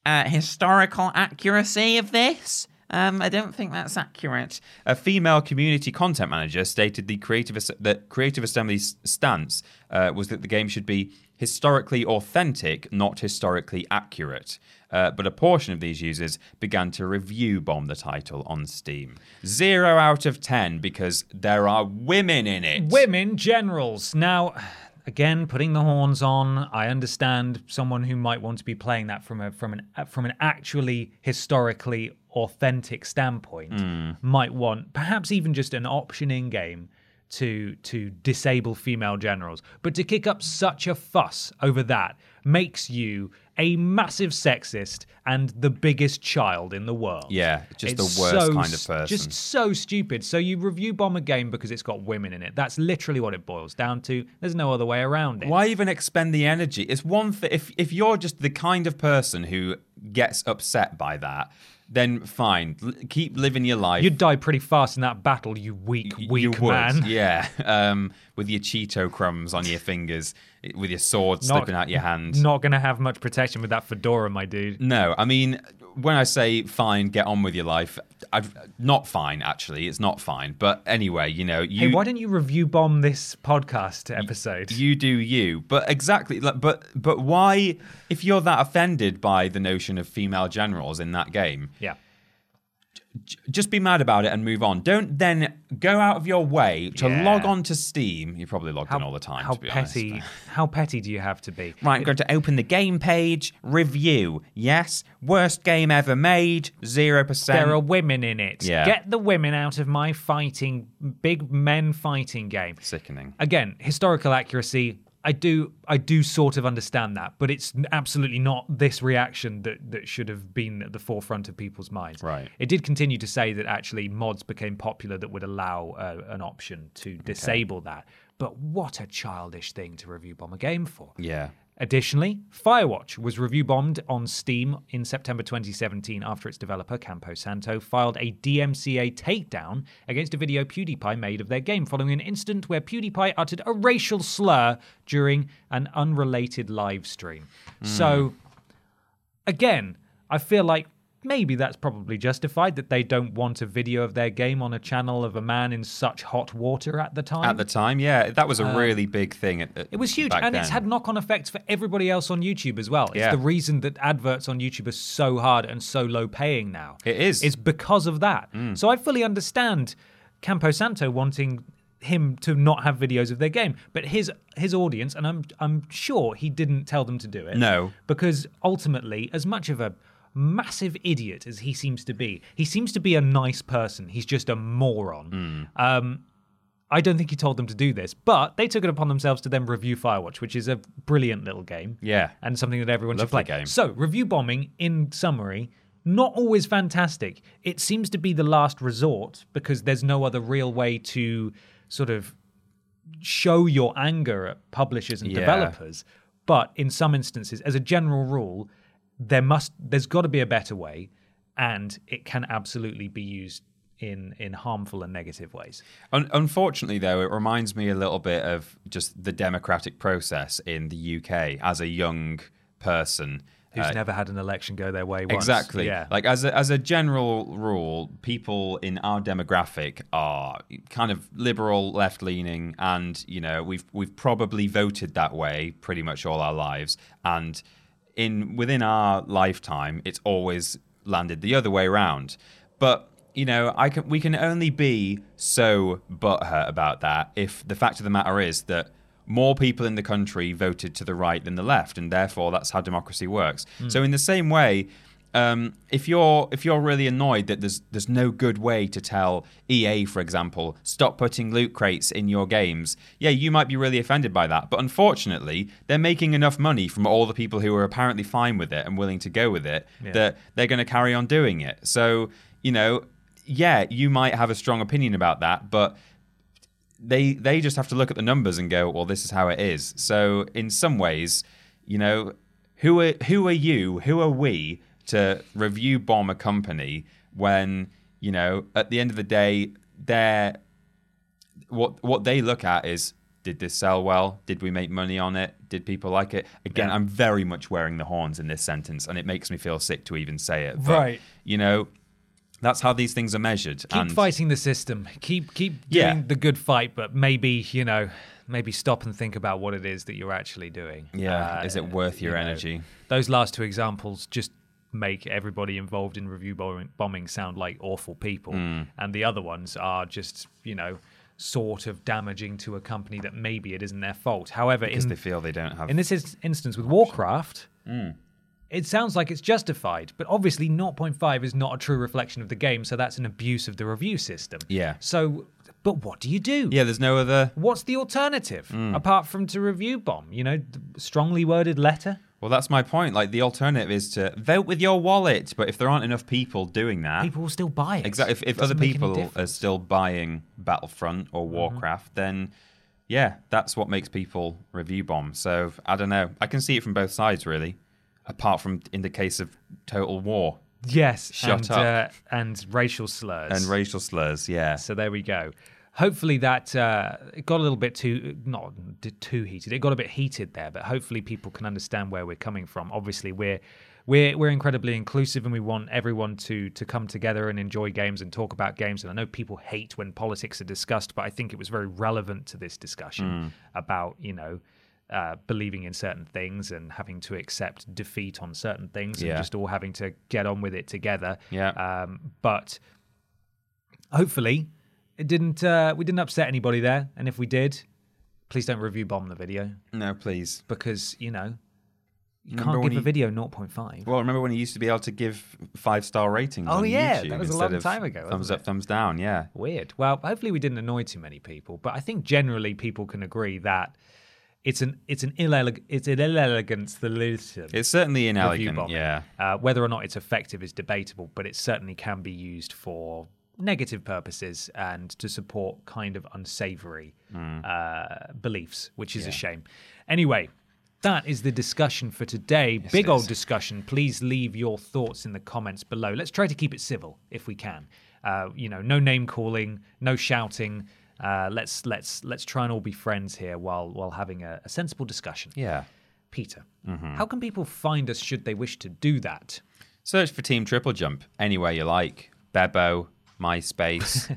Speaker 2: uh, historical accuracy of this. Um, I don't think that's accurate. A female community content manager stated the creative As- that Creative Assembly's stance uh, was that the game should be historically authentic, not historically accurate. Uh, but a portion of these users began to review bomb the title on Steam. Zero out of ten because there are women in it.
Speaker 1: Women generals. Now, again, putting the horns on, I understand someone who might want to be playing that from a from an from an actually historically authentic standpoint
Speaker 2: Mm.
Speaker 1: might want perhaps even just an option in game to to disable female generals. But to kick up such a fuss over that makes you a massive sexist and the biggest child in the world.
Speaker 2: Yeah, just the worst kind of person.
Speaker 1: Just so stupid. So you review bomb a game because it's got women in it. That's literally what it boils down to. There's no other way around it.
Speaker 2: Why even expend the energy? It's one thing if if you're just the kind of person who gets upset by that, then fine, L- keep living your life.
Speaker 1: You'd die pretty fast in that battle, you weak,
Speaker 2: Y-
Speaker 1: weak
Speaker 2: you would,
Speaker 1: man.
Speaker 2: [laughs] yeah. Um, with your Cheeto crumbs on your fingers, with your sword
Speaker 1: [laughs] Not-
Speaker 2: slipping out your hand.
Speaker 1: Not going to have much protection with that fedora, my dude.
Speaker 2: No, I mean, when I say fine, get on with your life, I've not fine actually. It's not fine, but anyway, you know, you
Speaker 1: hey, why don't you review bomb this podcast episode?
Speaker 2: You do you, but exactly. like, But but why, if you're that offended by the notion of female generals in that game,
Speaker 1: yeah.
Speaker 2: j- just be mad about it and move on. Don't then go out of your way to
Speaker 1: Yeah.
Speaker 2: log on to Steam. You're probably logged in all the time.
Speaker 1: How
Speaker 2: to be
Speaker 1: petty!
Speaker 2: Honest.
Speaker 1: How petty do you have to be?
Speaker 2: [laughs] Right, I'm going to open the game page. Review. Yes, worst game ever made. Zero percent.
Speaker 1: There are women in it.
Speaker 2: Yeah.
Speaker 1: Get the women out of my fighting, big men fighting game.
Speaker 2: Sickening.
Speaker 1: again historical accuracy i do i do sort of understand that but it's absolutely not this reaction that that should have been at the forefront of people's minds
Speaker 2: Right.
Speaker 1: it did continue to say that actually mods became popular that would allow uh, an option to disable that but what a childish thing to review bomb a game for
Speaker 2: Yeah.
Speaker 1: Additionally, Firewatch was review bombed on Steam in September 2017 after its developer, Campo Santo, filed a DMCA takedown against a video PewDiePie made of their game following an incident where PewDiePie uttered a racial slur during an unrelated live stream. So, again, I feel like maybe that's probably justified that they don't want a video of their game on a channel of a man in such hot water at the time.
Speaker 2: At the time, yeah, that was a really big thing. At, at-
Speaker 1: Uh, It was huge,
Speaker 2: back
Speaker 1: and it's
Speaker 2: then.
Speaker 1: had knock-on effects for everybody else on YouTube as well. It's
Speaker 2: Yeah.
Speaker 1: the reason that adverts on YouTube are so hard and so low paying now.
Speaker 2: It is. Hmm.
Speaker 1: It's because of that. So I fully understand Campo Santo wanting him to not have videos of their game, but his his audience, and I'm I'm sure he didn't tell them to do it.
Speaker 2: No.
Speaker 1: because ultimately, as much of a massive idiot as he seems to be, he seems to be a nice person. He's just a moron.
Speaker 2: Hmm.
Speaker 1: Um, I don't think he told them to do this, but they took it upon themselves to then review Firewatch, which is a brilliant little game.
Speaker 2: Yeah.
Speaker 1: And something that everyone should play.
Speaker 2: Lovely game.
Speaker 1: So, review bombing, in summary, not always fantastic. It seems to be the last resort because there's no other real way to sort of show your anger at publishers and
Speaker 2: Yeah.
Speaker 1: developers, but in some instances, as a general rule, there must there's got to be a better way, and it can absolutely be used in in harmful and negative ways.
Speaker 2: Un- unfortunately, though, it reminds me a little bit of just the democratic process in the UK as a young person.
Speaker 1: Who's
Speaker 2: Uh,
Speaker 1: never had an election go their way? Once.
Speaker 2: Exactly.
Speaker 1: Yeah.
Speaker 2: Like as a, as a general rule, people in our demographic are kind of liberal, left leaning, and you know we've we've probably voted that way pretty much all our lives, and in within our lifetime, it's always landed the other way round. But you know, I can we can only be so butthurt about that if the fact of the matter is that more people in the country voted to the right than the left, and therefore that's how democracy works. So in the same way, um, if you're if you're really annoyed that there's there's no good way to tell EA, for example, stop putting loot crates in your games, yeah, you might be really offended by that. But unfortunately, they're making enough money from all the people who are apparently fine with it and willing to go with it that they're going to carry on doing it. So you know, yeah, you might have a strong opinion about that, but they they just have to look at the numbers and go, well, this is how it is. So in some ways, you know, who are who are you? Who are we to review bomb a company when you know at the end of the day they're what what they look at is did this sell well? Did we make money on it? Did people like it? Again, I'm very much wearing the horns in this sentence, and it makes me feel sick to even say it. But,
Speaker 1: Right.
Speaker 2: You know, that's how these things are measured.
Speaker 1: keep
Speaker 2: and
Speaker 1: fighting the system. Keep keep
Speaker 2: Yeah.
Speaker 1: doing the good fight, but maybe you know, maybe stop and think about what it is that you're actually doing.
Speaker 2: Yeah,
Speaker 1: Uh,
Speaker 2: is it worth your
Speaker 1: you know,
Speaker 2: energy?
Speaker 1: Those last two examples just make everybody involved in review bombing, bombing sound like awful people,
Speaker 2: Hmm.
Speaker 1: and the other ones are just you know sort of damaging to a company that maybe it isn't their fault. However,
Speaker 2: Because
Speaker 1: in,
Speaker 2: they feel they don't have hmm.
Speaker 1: in this is- instance with Warcraft. It sounds like it's justified, but obviously 0.5 is not a true reflection of the game, so that's an abuse of the review system.
Speaker 2: Yeah.
Speaker 1: So, but what do you do?
Speaker 2: Yeah, Hmm. there's no other.
Speaker 1: What's the alternative apart from to review bomb? You know, th- strongly worded letter.
Speaker 2: Well, that's my point. Like the alternative is to vote with your wallet, but if there aren't enough people doing that,
Speaker 1: People will still buy it.
Speaker 2: Ah. exactly. If, if
Speaker 1: Doesn't
Speaker 2: other
Speaker 1: make any
Speaker 2: people uh,
Speaker 1: difference. Mm-hmm.
Speaker 2: are still buying Battlefront or Warcraft, then yeah, that's what makes people review bomb. So I don't know. I can see it from both sides, really. Apart from in the case of Total War
Speaker 1: yes,
Speaker 2: Shut
Speaker 1: and,
Speaker 2: up.
Speaker 1: Uh, and racial slurs.
Speaker 2: and racial slurs, yeah.
Speaker 1: So there we go. Hopefully that uh, it got a little bit too not d- too heated. It got a bit heated there, but hopefully people can understand where we're coming from. Obviously we're we're we're incredibly inclusive and we want everyone to to come together and enjoy games and talk about games. And I know people hate when politics are discussed, but I think it was very relevant to this
Speaker 2: Mm.
Speaker 1: discussion about you know. Uh, believing in certain things and having to accept defeat on certain things,
Speaker 2: Yeah.
Speaker 1: and just all having to get on with it together.
Speaker 2: Yeah.
Speaker 1: Um, but hopefully it didn't uh, we didn't upset anybody there and if we did please don't review bomb the video
Speaker 2: No, please.
Speaker 1: because you know you
Speaker 2: Remember
Speaker 1: can't
Speaker 2: when
Speaker 1: give a
Speaker 2: he-
Speaker 1: video 0.5
Speaker 2: Well, remember when you used to be able to give five star ratings?
Speaker 1: Oh,
Speaker 2: on
Speaker 1: yeah,
Speaker 2: YouTube
Speaker 1: that was a
Speaker 2: instead
Speaker 1: long
Speaker 2: of
Speaker 1: time ago, wasn't
Speaker 2: Thumbs up,
Speaker 1: it?
Speaker 2: thumbs down. Yeah,
Speaker 1: weird well hopefully we didn't annoy too many people but i think generally people can agree that it's an it's an ineleg- it's an inelegant solution
Speaker 2: it's certainly
Speaker 1: review
Speaker 2: inelegant.
Speaker 1: bombing.
Speaker 2: Yeah,
Speaker 1: Uh, whether or not it's effective is debatable, but it certainly can be used for negative purposes and to support kind of unsavory uh, beliefs, which is a shame. Anyway. That is the discussion for today. Big old discussion. Please leave your thoughts in the comments below. Let's try to keep it civil if we can. Uh, you know, no name calling, no shouting. Uh, let's let's let's try and all be friends here while while having a, a sensible discussion.
Speaker 2: yeah.
Speaker 1: Peter, how can people find us should they wish to do that?
Speaker 2: Search for Team Triple Jump anywhere you like. Bebo, MySpace,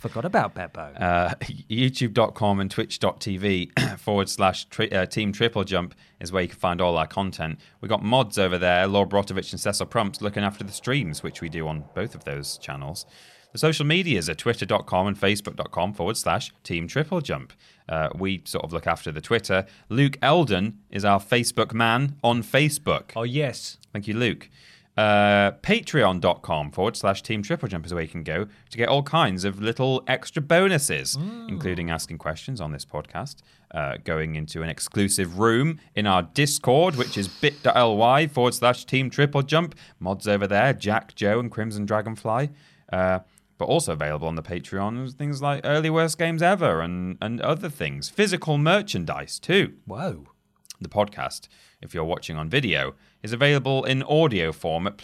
Speaker 1: Forgot about Beppo.
Speaker 2: uh, YouTube.com and Twitch.tv [clears throat] forward slash tri- uh, Team Triple Jump is where you can find all our content. We got mods over there, Laura Brotovich and Cecil Prumps looking after the streams, which we do on both of those channels. The social medias are twitter.com and facebook.com forward slash team triple jump. Uh, we sort of look after the Twitter. Luke Eldon is our Facebook man on Facebook.
Speaker 1: oh, yes.
Speaker 2: Thank you, Luke. Uh, Patreon.com forward slash Team Triple Jump is where you can go to get all kinds of little extra bonuses, including asking questions on this podcast, uh, going into an exclusive room in our Discord, which is bit.ly forward slash Team Triple Jump. Mods over there, Jack, Joe, and Crimson Dragonfly. Uh, but also available on the Patreon is things like early worst games ever and, and other things. Physical merchandise too.
Speaker 1: Whoa.
Speaker 2: The podcast, if you're watching on video, is available in audio form at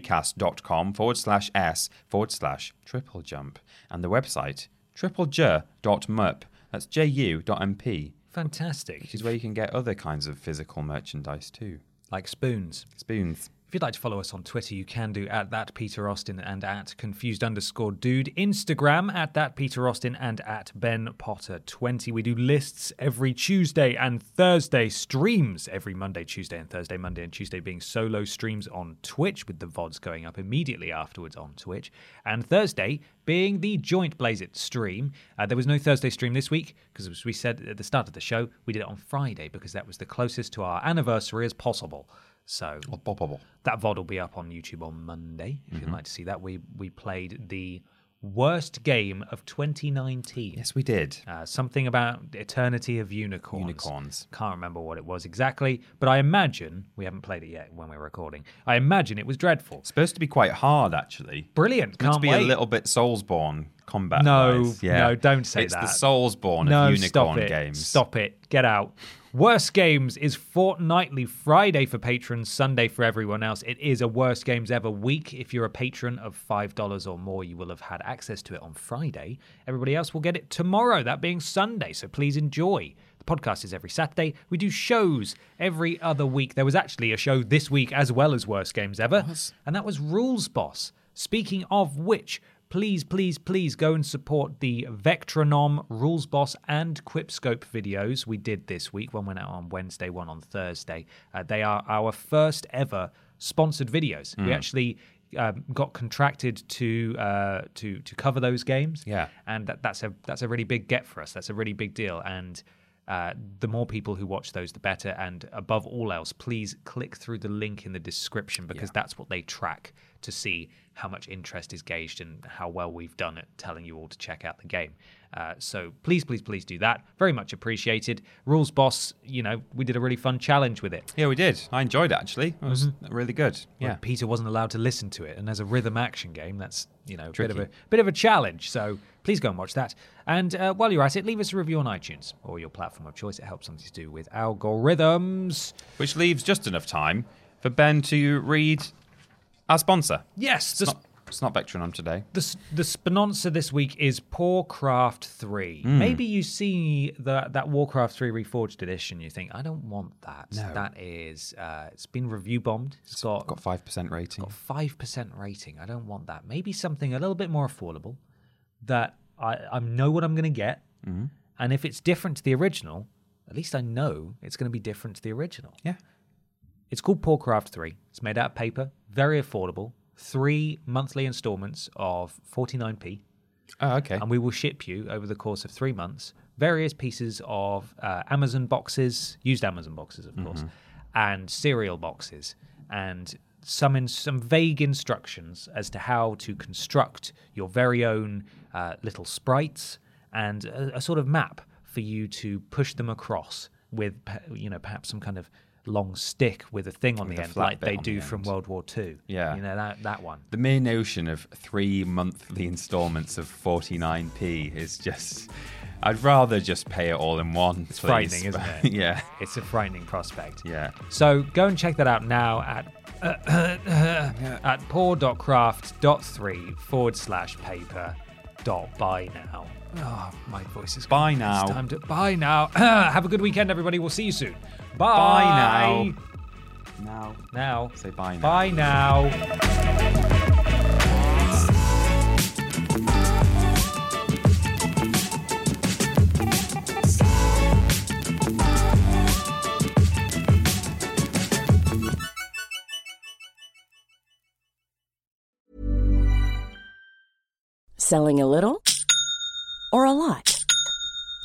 Speaker 2: play.acast.com forward slash s forward slash triple jump. And the website, triplej.mup. That's ju.mp,
Speaker 1: Fantastic.
Speaker 2: which is where you can get other kinds of physical merchandise too.
Speaker 1: Like spoons.
Speaker 2: Spoons.
Speaker 1: If you'd like to follow us on Twitter, you can do at that Peter Austin and at confused underscore dude. Instagram at that Peter Austin and at Ben Potter twenty. We do lists every Tuesday and Thursday, streams every Monday, Tuesday, and Thursday. Monday and Tuesday being solo streams on Twitch, with the vods going up immediately afterwards on Twitch, and Thursday being the joint Blaze It stream. Uh, there was no Thursday stream this week because, as we said at the start of the show, we did it on Friday because that was the closest to our anniversary as possible. So that VOD will be up on YouTube on Monday. If
Speaker 2: Mm-hmm.
Speaker 1: you'd like to see that, we we played the worst game of 2019.
Speaker 2: Yes, we did.
Speaker 1: Uh, something about eternity of unicorns.
Speaker 2: Unicorns.
Speaker 1: Can't remember what it was exactly, but I imagine we haven't played it yet when we're recording. I imagine it was dreadful.
Speaker 2: It's supposed to be quite hard, actually.
Speaker 1: Brilliant.
Speaker 2: It's meant
Speaker 1: Can't
Speaker 2: to be
Speaker 1: wait.
Speaker 2: a little bit Soulsborne combat.
Speaker 1: No,
Speaker 2: wise. yeah.
Speaker 1: no, don't say that.
Speaker 2: It's the Soulsborne
Speaker 1: no,
Speaker 2: of unicorn
Speaker 1: stop it.
Speaker 2: games.
Speaker 1: Stop it. Get out. Worst Games is fortnightly Friday for patrons, Sunday for everyone else. It is a Worst Games Ever week. If you're a patron of $5 or more, you will have had access to it on Friday. Everybody else will get it tomorrow, that being Sunday. So please enjoy. The podcast is every Saturday. We do shows every other week. There was actually a show this week as well as Worst Games Ever, and that was Rules Boss. Speaking of which, please, please, please go and support the Vectronom, Rules Boss, and Quipscope videos we did this week. One went out on Wednesday, one on Thursday. Uh, they are our first ever sponsored videos. We actually um, got contracted to uh, to to cover those games.
Speaker 2: Yeah.
Speaker 1: and that, that's a that's a really big get for us. That's a really big deal, and. Uh, the more people who watch those, the better. And above all else, please click through the link in the description because that's what they track to see how much interest is gauged and how well we've done at telling you all to check out the game. Uh, so please, please, please do that. Very much appreciated. Rules Boss, you know, we did a really fun challenge with it.
Speaker 2: Yeah, we did. I enjoyed it, actually. It was
Speaker 1: Mm-hmm.
Speaker 2: really good. Yeah.
Speaker 1: But Peter wasn't allowed to listen to it, and as a rhythm action game, that's you know a bit of a
Speaker 2: Tricky.
Speaker 1: bit of a challenge. So please go and watch that. And uh, while you're at it, leave us a review on iTunes or your platform of choice. It helps something to do with algorithms.
Speaker 2: Which leaves just enough time for Ben to read our sponsor.
Speaker 1: Yes, the,
Speaker 2: It's not, it's not Vectronom today.
Speaker 1: the s- the sponsor this week is Poor Craft Three.
Speaker 2: Hmm.
Speaker 1: Maybe you see that that Warcraft Three Reforged edition, you think I don't want that. That is, uh, it's been review bombed. It's got,
Speaker 2: Got 5% rating.
Speaker 1: got five percent rating. I don't want that. Maybe something a little bit more affordable that I, I know what I'm going to get,
Speaker 2: Mm-hmm.
Speaker 1: and if it's different to the original, at least I know it's going to be different to the original.
Speaker 2: Yeah.
Speaker 1: It's called Poor Craft Three. It's made out of paper, very affordable. Three monthly installments of 49p,
Speaker 2: Oh, okay.
Speaker 1: and we will ship you over the course of three months various pieces of uh, Amazon boxes, used Amazon boxes, of course,
Speaker 2: Mm-hmm.
Speaker 1: and cereal boxes, and some in, some vague instructions as to how to construct your very own uh, little sprites and a, a sort of map for you to push them across with, pe- you know, perhaps some kind of long stick with a thing on
Speaker 2: With
Speaker 1: the
Speaker 2: a
Speaker 1: end,
Speaker 2: flat
Speaker 1: like
Speaker 2: bit
Speaker 1: they
Speaker 2: on
Speaker 1: do
Speaker 2: the
Speaker 1: from
Speaker 2: end.
Speaker 1: World War Two.
Speaker 2: Yeah.
Speaker 1: you know that that one.
Speaker 2: The mere notion of three monthly installments of 49p is just. I'd rather just pay it all in one. It's
Speaker 1: frightening, isn't
Speaker 2: [laughs]
Speaker 1: it?
Speaker 2: yeah.
Speaker 1: It's a frightening prospect.
Speaker 2: Yeah.
Speaker 1: So go and check that out now at [coughs] at poor.craft.3 forward slash paper dot buy now. Oh, my voice is
Speaker 2: Buy
Speaker 1: gone.
Speaker 2: now.
Speaker 1: It's time to buy now. [coughs] Have a good weekend, everybody. We'll see you soon. Bye.
Speaker 2: Buy Now.
Speaker 1: Now.
Speaker 2: Say buy now.
Speaker 1: Bye now.
Speaker 3: Selling a little or a lot?